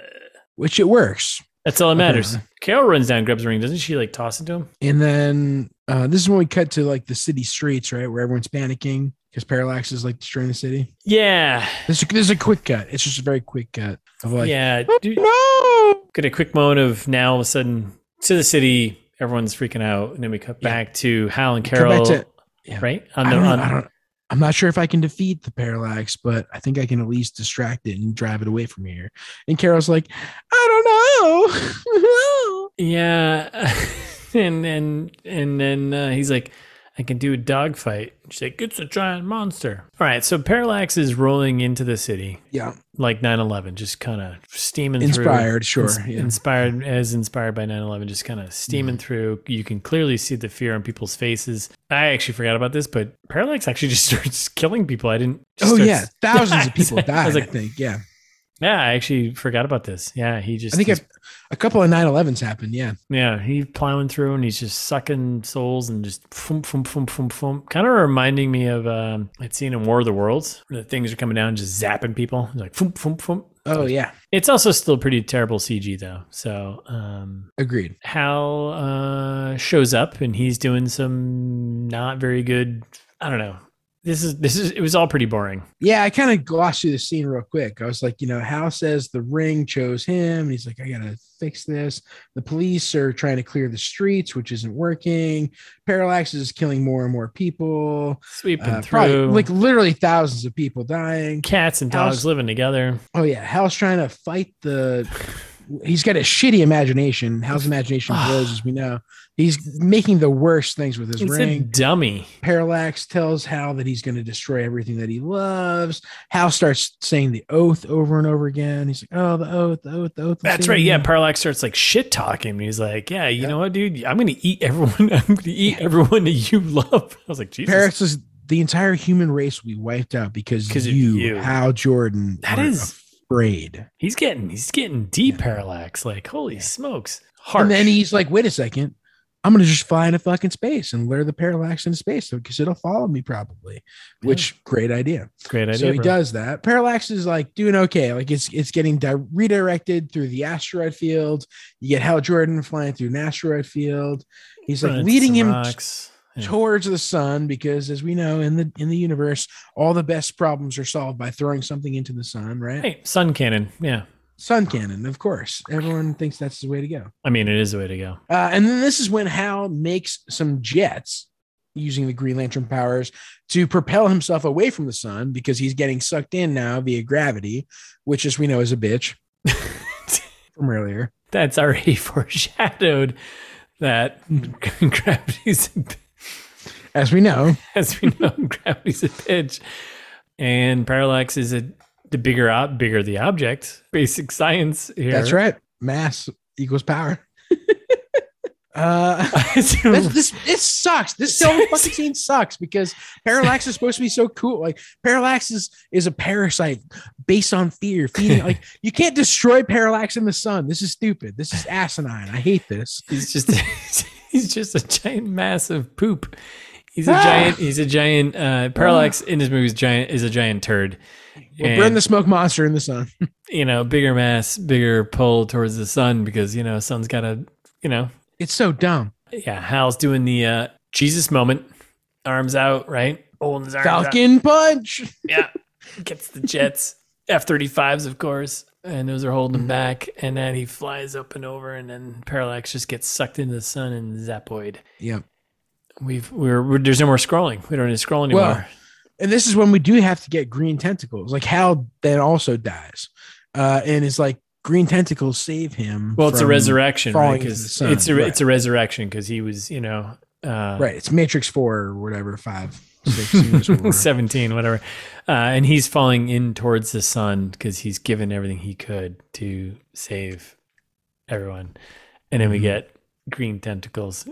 S1: Which it works.
S2: That's all that matters.
S1: Apparently.
S2: Carol runs down, grabs the ring. Doesn't she like toss it to him?
S1: And then uh, this is when we cut to like the city streets, right, where everyone's panicking because parallax is like destroying the city.
S2: Yeah,
S1: This is, this is a quick cut. It's just a very quick cut of like,
S2: yeah. Dude,
S1: "Oh, no.
S2: get a quick moment of now all of a sudden to the city, everyone's freaking out, and then we cut
S1: Yeah.
S2: back to Hal and
S1: Come back
S2: Carol,
S1: to- yeah.
S2: right? On
S1: I
S2: the
S1: don't, know,
S2: on,
S1: I don't, I'm not sure if I can defeat the parallax, but I think I can at least distract it and drive it away from here. And Carol's like, I don't know.
S2: yeah, and and and then uh, he's like, I can do a dogfight. She's like, it's a giant monster. All right, so Parallax is rolling into the city
S1: yeah,
S2: like 9/11, just kind of steaming through.
S1: inspired, sure.
S2: Ins-
S1: yeah. Mm-hmm.
S2: Inspired as inspired by 9 11, just kind of steaming through. You can clearly see the fear on people's faces. I actually forgot about this, but Parallax actually just starts killing people. I didn't. just
S1: oh
S2: starts-
S1: yeah, thousands of people died.
S2: I was
S1: I
S2: like,
S1: think yeah.
S2: yeah, I actually forgot about this. Yeah, he just.
S1: I think
S2: he's-
S1: I've, a couple of 9/11s happened. Yeah,
S2: yeah, he's plowing through and he's just sucking souls and just foom, foom, foom, foom, foom. Kind of reminding me of um, I'd seen in War of the Worlds where the things are coming down and just zapping people. Like foom, foom, foom.
S1: Oh yeah,
S2: It's also still pretty terrible CG though. So um,
S1: agreed.
S2: Hal uh, shows up and he's doing some not very good. I don't know. This is this is it was all pretty boring.
S1: Yeah, I kind of glossed through the scene real quick. I was like, you know, Hal says the ring chose him, and he's like, I gotta fix this. The police are trying to clear the streets, which isn't working. Parallax is killing more and more people.
S2: Sweeping
S1: Uh, probably
S2: through
S1: like literally thousands of people dying.
S2: cats and
S1: Hal's-
S2: dogs living together.
S1: Oh yeah, Hal's trying to fight the. He's got a shitty imagination. Hal's imagination
S2: Ah.
S1: blows, as we know. He's making the worst things with his
S2: It's
S1: ring.
S2: a dummy.
S1: Parallax tells Hal that he's going to destroy everything that he loves. Hal starts saying the oath over and over again. He's like, "Oh, the oath, the oath, the oath." the
S2: That's right.
S1: thing."
S2: Yeah, Parallax starts like shit talking. him. He's like, "Yeah, you
S1: Yeah.
S2: know what, dude? I'm gonna eat everyone. I'm gonna eat everyone that you love." I was like, "Jesus,
S1: Parallax is the entire human race will be wiped out because
S2: 'Cause of
S1: you,
S2: you.
S1: Hal Jordan,
S2: That
S1: are
S2: is-
S1: afraid.
S2: he's getting he's getting deep
S1: uh, Yeah.
S2: Parallax. Like, holy
S1: Yeah.
S2: smokes, harsh."
S1: And then he's like, "Wait a second, I'm going to just fly into fucking space and lure the Parallax into space because it'll follow me probably."
S2: Yeah.
S1: Which great idea.
S2: Great idea.
S1: so he
S2: bro.
S1: does that. Parallax is like doing okay. Like it's it's getting di- redirected through the asteroid field. You get Hal Jordan flying through an asteroid field. He's like
S2: Running into
S1: leading
S2: some
S1: him t-
S2: rocks. Yeah.
S1: towards the sun because, as we know, in the in the universe, all the best problems are solved by throwing something into the sun. Right?
S2: Hey, sun cannon. Yeah,
S1: Sun cannon, of course. Everyone thinks that's the way to go.
S2: I mean, it is the way to go.
S1: Uh, and then this is when Hal makes some jets using the Green Lantern powers to propel himself away from the sun because he's getting sucked in now via gravity, which, as we know, is a bitch from earlier.
S2: That's already foreshadowed that gravity's a bitch.
S1: As we know,
S2: as we know, gravity's a bitch, and parallax is a the bigger ob- bigger the object. Basic science here.
S1: that's right. Mass equals power. uh,
S2: That's-
S1: That's, this this sucks. This whole fucking scene sucks because Parallax is supposed to be so cool. Like Parallax is is a parasite based on fear, feeding. Like you can't destroy Parallax in the sun. This is stupid. This is asinine. I hate this.
S2: he's just he's just a giant mass of poop. He's a
S1: Ah.
S2: giant. He's a giant. Uh, parallax in this movie is giant. Is a giant turd.
S1: We'll
S2: And,
S1: burn the smoke monster in the sun.
S2: You know, bigger mass, bigger pull towards the sun because you know sun's got to. You know,
S1: It's so dumb.
S2: yeah. Hal's doing the uh, Jesus moment, arms out, right? Holding his arms out.
S1: Falcon punch.
S2: Yeah, gets the jets. F 35s, of course, and those are holding
S1: Mm-hmm.
S2: him back. And then he flies up and over, and then Parallax just gets sucked into the sun and zapoid.
S1: Yep.
S2: We've we're, we're there's no more scrolling. We don't need to scroll anymore.
S1: Well, and this is when we do have to get green tentacles. Like Hal then also dies, uh, and it's like green tentacles save him.
S2: Well, it's a
S1: from-
S2: resurrection,
S1: falling
S2: right?
S1: into
S2: 'Cause
S1: the sun,
S2: it's a
S1: right.
S2: it's a resurrection because he was, you know, uh,
S1: Right, it's Matrix Four or whatever, five, six, years or whatever.
S2: seventeen, whatever, uh, and he's falling in towards the sun because he's given everything he could to save everyone, and then we
S1: Mhm.
S2: get green tentacles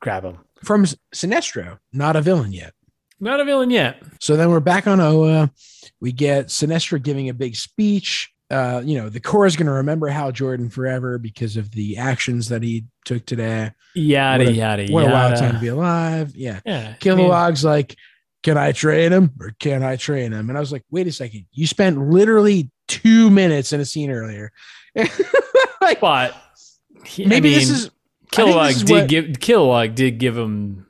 S2: grab him.
S1: from S- Sinestro, not a villain yet.
S2: Not a villain yet.
S1: So then we're back on Oa. We get Sinestro giving a big speech. Uh, you know, the core is going to remember Hal Jordan forever because of the actions that he took today.
S2: Yada
S1: What a-
S2: yada
S1: What a
S2: yada.
S1: wild time to be alive. Yeah.
S2: Yeah, I mean,
S1: Kilowog's like, can I train him or can I train him? And I was like, wait a second. You spent literally two minutes in a scene earlier. like,
S2: but he- I
S1: maybe this
S2: mean,
S1: is, think this is
S2: Kilowog did
S1: what-
S2: give Kilowog did give him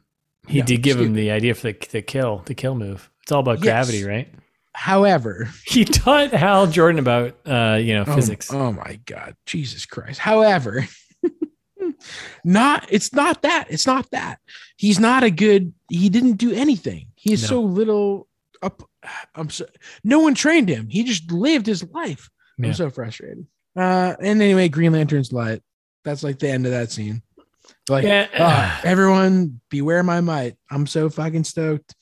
S2: he
S1: Yeah,
S2: did give
S1: excuse-
S2: him the idea for the, the kill the kill move. It's all about
S1: Yes.
S2: gravity, right?
S1: however,
S2: He taught Hal Jordan about uh, you know
S1: Oh,
S2: physics.
S1: Oh, my God, Jesus Christ! However, not it's not that it's not that he's not a good. He didn't do anything. He is
S2: No.
S1: so little up. I'm so no one trained him. He just lived his life.
S2: Yeah.
S1: I'm so frustrated. Uh, and anyway, Green Lantern's light. That's like the end of that scene. Like
S2: Yeah, uh,
S1: ah, everyone, beware my might. I'm so fucking stoked.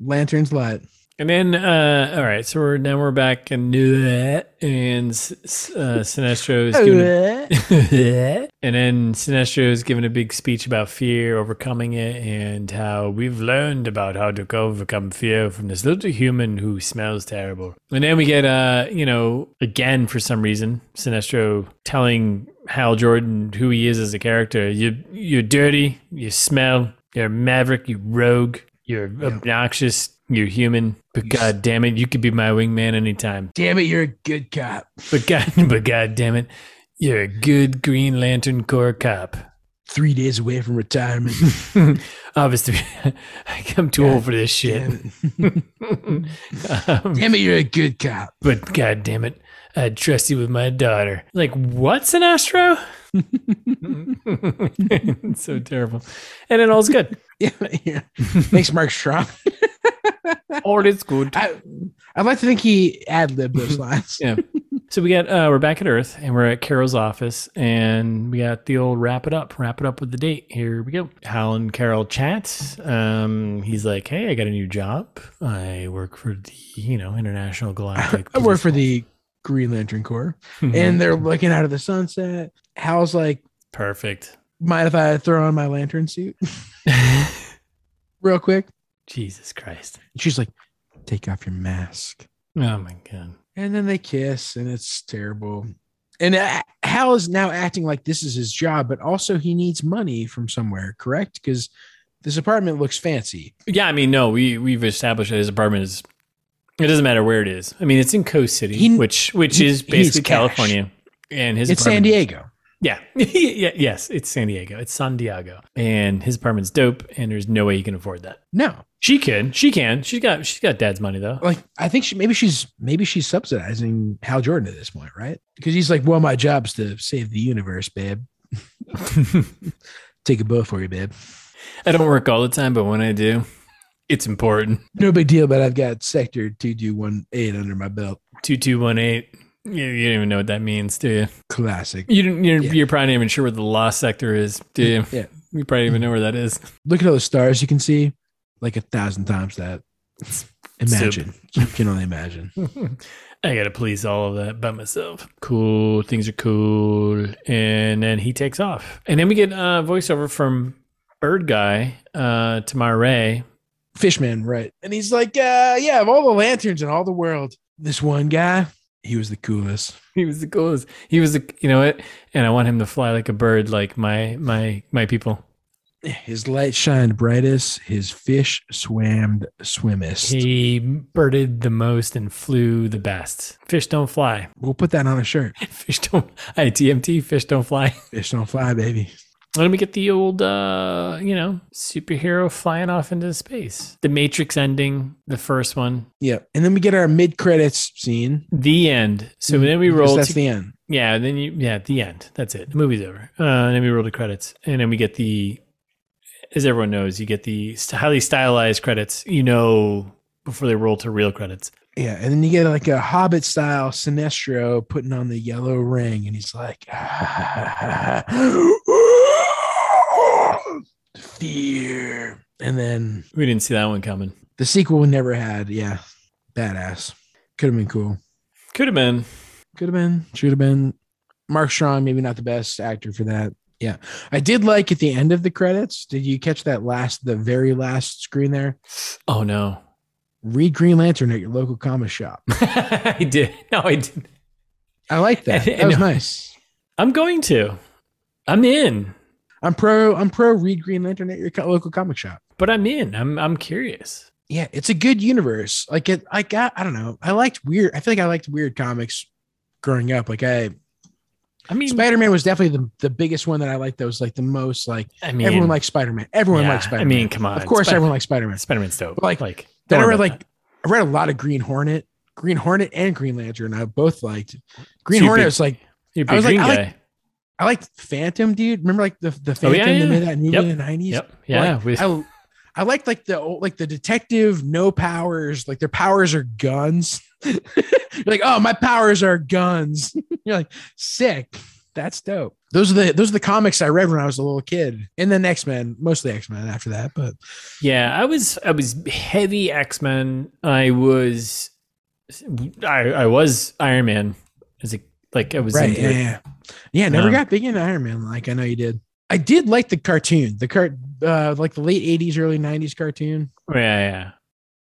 S1: Lantern's light.
S2: and then uh, all right, so we're now we're back in and S- S- uh, Sinestro is doing. and then Sinestro is giving a big speech about fear, overcoming it, and how we've learned about how to overcome fear from this little human who smells terrible. And then we get, uh, you know, again for some reason, Sinestro telling Hal Jordan who he is as a character. You, you're dirty. You smell. You're a maverick. You rogue. You're
S1: Yeah.
S2: obnoxious. You're human. But
S1: You s-
S2: god damn it, you could be my wingman anytime.
S1: Damn it, you're a good cop.
S2: But god, but god damn it, you're a good Green Lantern Corps cop.
S1: Three days away from retirement.
S2: Obviously, I'm too old for this shit.
S1: Damn it.
S2: um,
S1: Damn it, you're a good cop.
S2: but god damn it, I trust you with my daughter. Like what's an astro? it's so terrible, and it all's good.
S1: Yeah, yeah. Thanks, Mark Strong.
S2: All is good.
S1: I, I'd like to think he ad libbed those lines.
S2: Yeah. So we got uh, we're back at Earth and we're at Carol's office and we got the old wrap it up, wrap it up with the date. Here we go. Hal and Carol chat. Um, he's like, "Hey, I got a new job. I work for the you know International Galactic. Mhm.
S1: I work for the Green Lantern Corps,
S2: Mm-hmm.
S1: and they're looking out of the sunset. Hal's like,
S2: perfect.
S1: mind if I throw on my lantern suit real quick?
S2: Jesus Christ.
S1: And she's like, take off your mask.
S2: Oh my god.
S1: And then they kiss, and it's terrible. And uh, Hal is now acting like this is his job, but also he needs money from somewhere, correct? Because this apartment looks fancy.
S2: Yeah, I mean, no, we we've established that his apartment is. It doesn't matter where it is. I mean, it's in Coast City,
S1: He-
S2: which which
S1: he-
S2: is
S1: he needs
S2: basically
S1: cash.
S2: California, and his
S1: it's San
S2: apartment-
S1: Diego.
S2: Yeah. yeah. Yes. It's San Diego. It's San Diego. And his apartment's dope. And there's no way he can afford that.
S1: No,
S2: She can. She can. She's got she's got dad's money though.
S1: like I think she maybe she's maybe she's subsidizing Hal Jordan at this point, right? Because he's like, well, my job's to save the universe, babe. Take a bow for you, babe.
S2: I don't work all the time, but when I do, it's important.
S1: No big deal, but I've got sector two two one eight under my belt.
S2: Two two one eight. You, you don't even know what that means, do you?
S1: Classic.
S2: You don't, you're,
S1: Yeah.
S2: you're probably not even sure what the law sector is, do you?
S1: Yeah.
S2: You probably even know where that is.
S1: Look at all the stars you can see, like a thousand times that. Imagine. You can only imagine.
S2: I gotta police all of that by myself. Cool, things are cool, and then he takes off, and then we get a uh, voiceover from Bird Guy, uh, Tamar Ray.
S1: Fishman, right? And he's like, uh, yeah, of all the lanterns in all the world, this one guy, he was the coolest.
S2: He was the coolest. He was the, you know what? And I want him to fly like a bird, like my my my people.
S1: His light shined brightest. His fish swam swimmest.
S2: He birded the most and flew the best. Fish don't fly.
S1: We'll put that on a shirt.
S2: Fish don't. I TMT. Fish don't fly.
S1: Fish don't fly, baby.
S2: And then we get the old, uh, you know, superhero flying off into space. The Matrix ending, the first one,
S1: Yeah. And then we get our mid credits scene.
S2: the end. So then we
S1: Because
S2: roll.
S1: Mm-hmm. That's
S2: to-
S1: the end.
S2: yeah, then you yeah, the end. That's it. The movie's over. Uh, and then we roll the credits, and then we get the, as everyone knows, you get the st- highly stylized credits. You know, before they roll to real credits.
S1: Yeah. And then you get like a Hobbit style Sinestro putting on the yellow ring, and he's like, fear. And then
S2: We didn't see that one coming.
S1: the sequel we never had. Yeah. Badass. Could have been cool.
S2: Could have been.
S1: Could have been. Should have been. Mark Strong, maybe not the best actor for that. Yeah. I did like at the end of the credits. Did you catch that last, the very last screen there?
S2: Oh no,
S1: Read Green Lantern at your local comic shop.
S2: I did. No, I did. not
S1: I like that.
S2: I
S1: That was
S2: know.
S1: nice.
S2: I'm going to. I'm in,
S1: I'm pro. I'm pro. Read Green Lantern at your co- local comic shop.
S2: but I'm in. I'm I'm curious.
S1: Yeah, it's a good universe. Like it. I got. I don't know. I liked weird. I feel like I liked weird comics growing up. Like I,
S2: I mean,
S1: Spider Man was definitely the, the biggest one that I liked. That was like the most like
S2: I mean,
S1: everyone likes Spider Man. Everyone
S2: yeah,
S1: likes Spider
S2: I
S1: Man.
S2: mean, come on.
S1: of course,
S2: Spider-
S1: everyone likes Spider Man.
S2: Spider-Man's dope.
S1: Like,
S2: Like, like
S1: Then I
S2: don't
S1: read
S2: worry
S1: like
S2: about
S1: I read a lot of Green Hornet. Green Hornet and Green Lantern. I both liked. Green
S2: So you're
S1: Hornet
S2: big-
S1: was like
S2: that. you're a
S1: I was
S2: big green
S1: like, I
S2: guy.
S1: I liked Phantom, dude. Remember like the the
S2: Oh,
S1: Phantom
S2: yeah,
S1: that
S2: yeah, yeah.
S1: made that movie
S2: Yep.
S1: in the nineties.
S2: Yep. Yeah. with,
S1: I I liked like the old like the detective no powers like their powers are guns. You're like oh my powers are guns. You're like sick. That's dope. Those are the those are the comics I read when I was a little kid, and then X Men, mostly X Men after that. But
S2: yeah. I was. I was heavy X Men. I was. I I was Iron Man. As a like I was
S1: right,
S2: into
S1: yeah,
S2: it.
S1: yeah, yeah. Never
S2: Um,
S1: got big into Iron Man. Like I know you did. I did like the cartoon, the cart, uh, like the late '80s, early '90s cartoon.
S2: yeah. Yeah.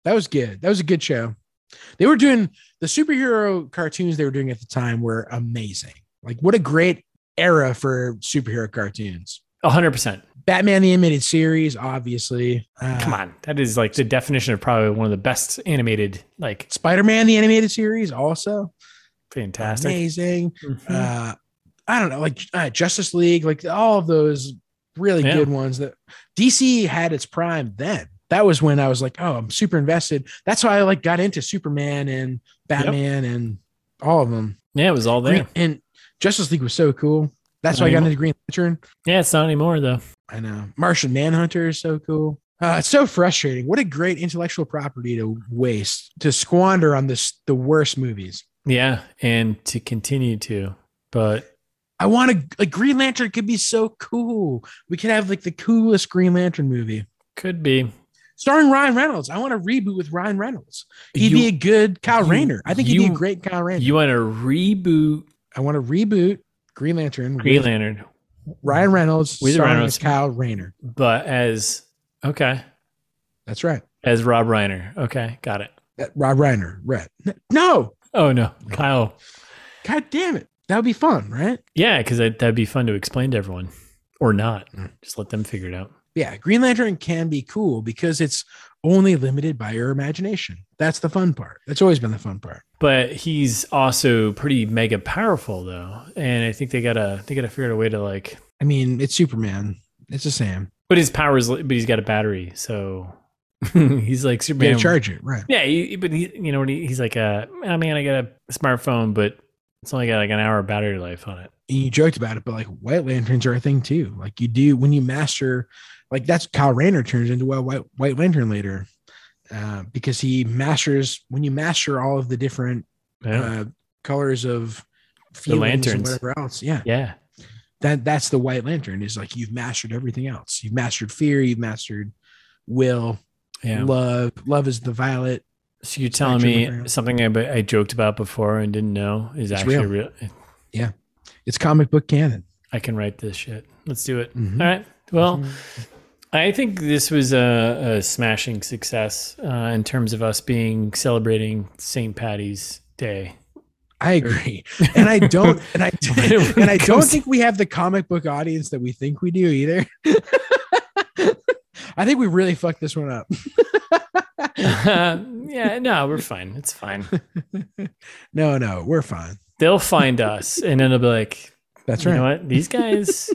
S1: That was good. That was a good show. They were doing the superhero cartoons they were doing at the time were amazing. Like what a great era for superhero cartoons.
S2: A hundred percent.
S1: Batman the animated series, obviously. Uh,
S2: Come on. That is like the definition of probably one of the best animated. Like
S1: Spider-Man the animated series also
S2: fantastic.
S1: amazing.
S2: Mhm.
S1: Uh, I don't know, like uh, Justice League, like all of those really
S2: Yeah.
S1: good ones that DC had its prime then. That was when I was like, oh, I'm super invested. That's why I like got into Superman and Batman and all of them.
S2: yeah. Mm-hmm. It was all there.
S1: Green- and Justice League was so cool. That's
S2: Not
S1: why I got
S2: anymore.
S1: into Green Lantern.
S2: Yeah. It's not anymore though.
S1: I know. Martian Manhunter is so cool. Uh, it's so frustrating. What a great intellectual property to waste, to squander on this the worst movies.
S2: Yeah, and to continue to, but
S1: I want to like Green Lantern could be so cool. We could have like the coolest Green Lantern movie
S2: could be.
S1: starring Ryan Reynolds. I want a reboot with Ryan Reynolds. He'd
S2: you,
S1: be a good Kyle
S2: you-
S1: Rayner. I think he'd be
S2: you-
S1: a great Kyle Rayner.
S2: you want to reboot
S1: I want to reboot Green Lantern
S2: Green
S1: with
S2: Lantern,
S1: Ryan Reynolds
S2: With Ryan
S1: starring
S2: Reynolds.
S1: as Kyle Rayner.
S2: but as okay,
S1: That's right.
S2: as Rob Reiner. Okay, got it.
S1: That- Rob Reiner, right? N- No,
S2: Oh no, Kyle.
S1: god damn it, that would be fun, right?
S2: Yeah, because that'd be fun to explain to everyone, or not.
S1: Mm.
S2: Just let them figure it out.
S1: Yeah, Green Lantern can be cool because it's only limited by your imagination. That's the fun part. That's always been the fun part.
S2: But he's also pretty mega powerful though, and I think they gotta they gotta figure out a way to like.
S1: I mean, it's Superman. It's the same.
S2: But his powers, but he's got a battery, so he's like
S1: You gotta
S2: Superman.
S1: charge it, right?
S2: Yeah, he, but he, you know, when he, he's like, uh, "Oh man, I got a smartphone, but it's only got like an hour battery life on it."
S1: And you joked about it, but like White Lanterns are a thing too. Like you do when you master, like that's Kyle Rayner turns into a White White Lantern later, uh, because he masters when you master all of the different
S2: Yeah,
S1: uh, colors of feelings
S2: lanterns.
S1: and whatever else. Yeah,
S2: yeah,
S1: that that's the white lantern is like you've mastered everything else you've mastered fear you've mastered will
S2: yeah.
S1: love love is the violet
S2: So you're telling
S1: actually
S2: me
S1: real.
S2: something I, I joked about before and didn't know is
S1: It's
S2: actually
S1: real.
S2: real.
S1: it's comic book canon
S2: I can write this shit. Let's do it.
S1: Mhm.
S2: All right. Well, I think this was a, a smashing success uh, in terms of us being celebrating St. Patty's Day.
S1: i agree and i don't and i
S2: When it
S1: and i don't
S2: comes-
S1: think we have the comic book audience that we think we do either i think we really fucked this one up
S2: yeah, no, we're fine. It's fine.
S1: no no we're fine
S2: They'll find us, and then they'll be like,
S1: that's
S2: you know
S1: right
S2: what? These guys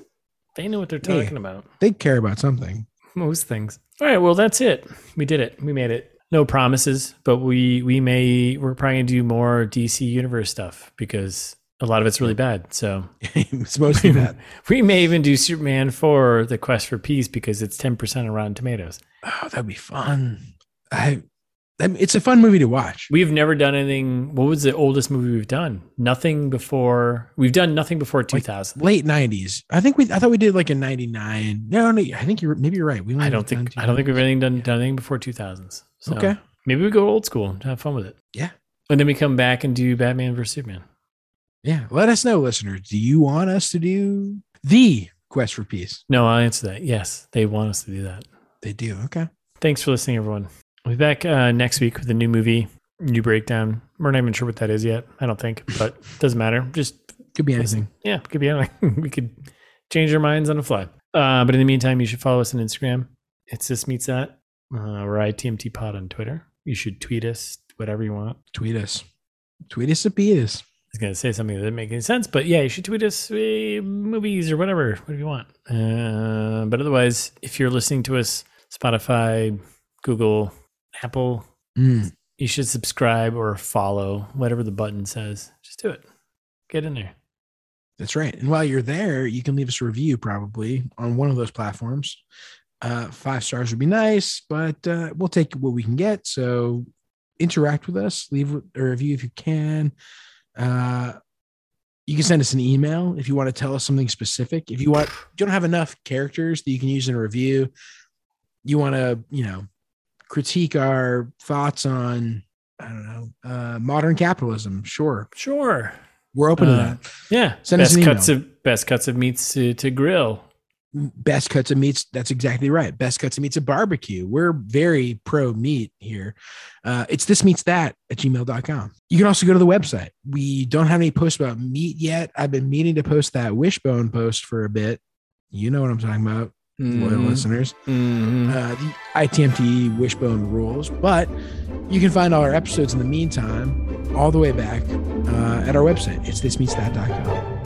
S2: They know what they're
S1: Yeah.
S2: talking about.
S1: They care about something.
S2: Most things. All right. Well, that's it. We did it. We made it. No promises, but we we may we're probably gonna do more DC universe stuff because a lot of it's really bad. So
S1: it's mostly that.
S2: we may even do Superman for the Quest for Peace because it's ten percent on Rotten Tomatoes.
S1: Oh, that'd be fun. I, I mean, it's a fun movie to watch.
S2: We've never done anything. What was the oldest movie we've done? Nothing before. We've done nothing before two thousand.
S1: Late '90s. I think we. I thought we did like a '99. No, no. I think you're maybe you're right. We. only
S2: I don't
S1: done
S2: think
S1: two
S2: I don't think we've
S1: years.
S2: anything done, done anything before two thousands. So
S1: Okay.
S2: Maybe we go old school and have fun with it.
S1: Yeah.
S2: And then we come back and do Batman versus Superman.
S1: Yeah. Let us know, listeners. Do you want us to do the quest for peace?
S2: No, I'll answer that. Yes, they want us to do that.
S1: They do. Okay.
S2: Thanks for listening, everyone. We'll be back uh, next week with a new movie, new breakdown. We're not even sure what that is yet. I don't think, but doesn't matter. Just
S1: Could be anything.
S2: yeah, could be anything. we could change our minds on the fly. Uh, but in the meantime, you should follow us on Instagram. It's this meets that. Uh, we're ITMT Pod on Twitter. You should tweet us whatever you want.
S1: Tweet us. Tweet us to beat us.
S2: I was gonna say something that didn't make any sense, but yeah, you should tweet us uh, movies or whatever, whatever you want. Uh, but otherwise, if you're listening to us, Spotify, Google, Apple,
S1: Mm.
S2: you should subscribe or follow, whatever the button says. Just do it. Get in there.
S1: That's right. And while you're there, you can leave us a review probably on one of those platforms. Uh, five stars would be nice, but uh, we'll take what we can get. So interact with us, leave a review if you can. Uh, you can send us an email if you want to tell us something specific. If you want, if you don't have enough characters that you can use in a review. You want to, you know, critique our thoughts on, I don't know, uh, modern capitalism. Sure,
S2: Sure.
S1: we're open to
S2: Uh,
S1: that.
S2: Yeah.
S1: Send us
S2: best
S1: an
S2: cuts of best cuts of meats to, to grill.
S1: best cuts of meats that's exactly right best cuts of meats of barbecue we're very pro meat here uh, it's this meets that at gmail.com you can also go to the website we don't have any posts about meat yet i've been meaning to post that wishbone post for a bit you know what i'm talking about
S2: Mm-hmm.
S1: loyal listeners
S2: Mhm.
S1: uh, the itmt wishbone rules but you can find all our episodes in the meantime all the way back uh, at our website it's this meets that.com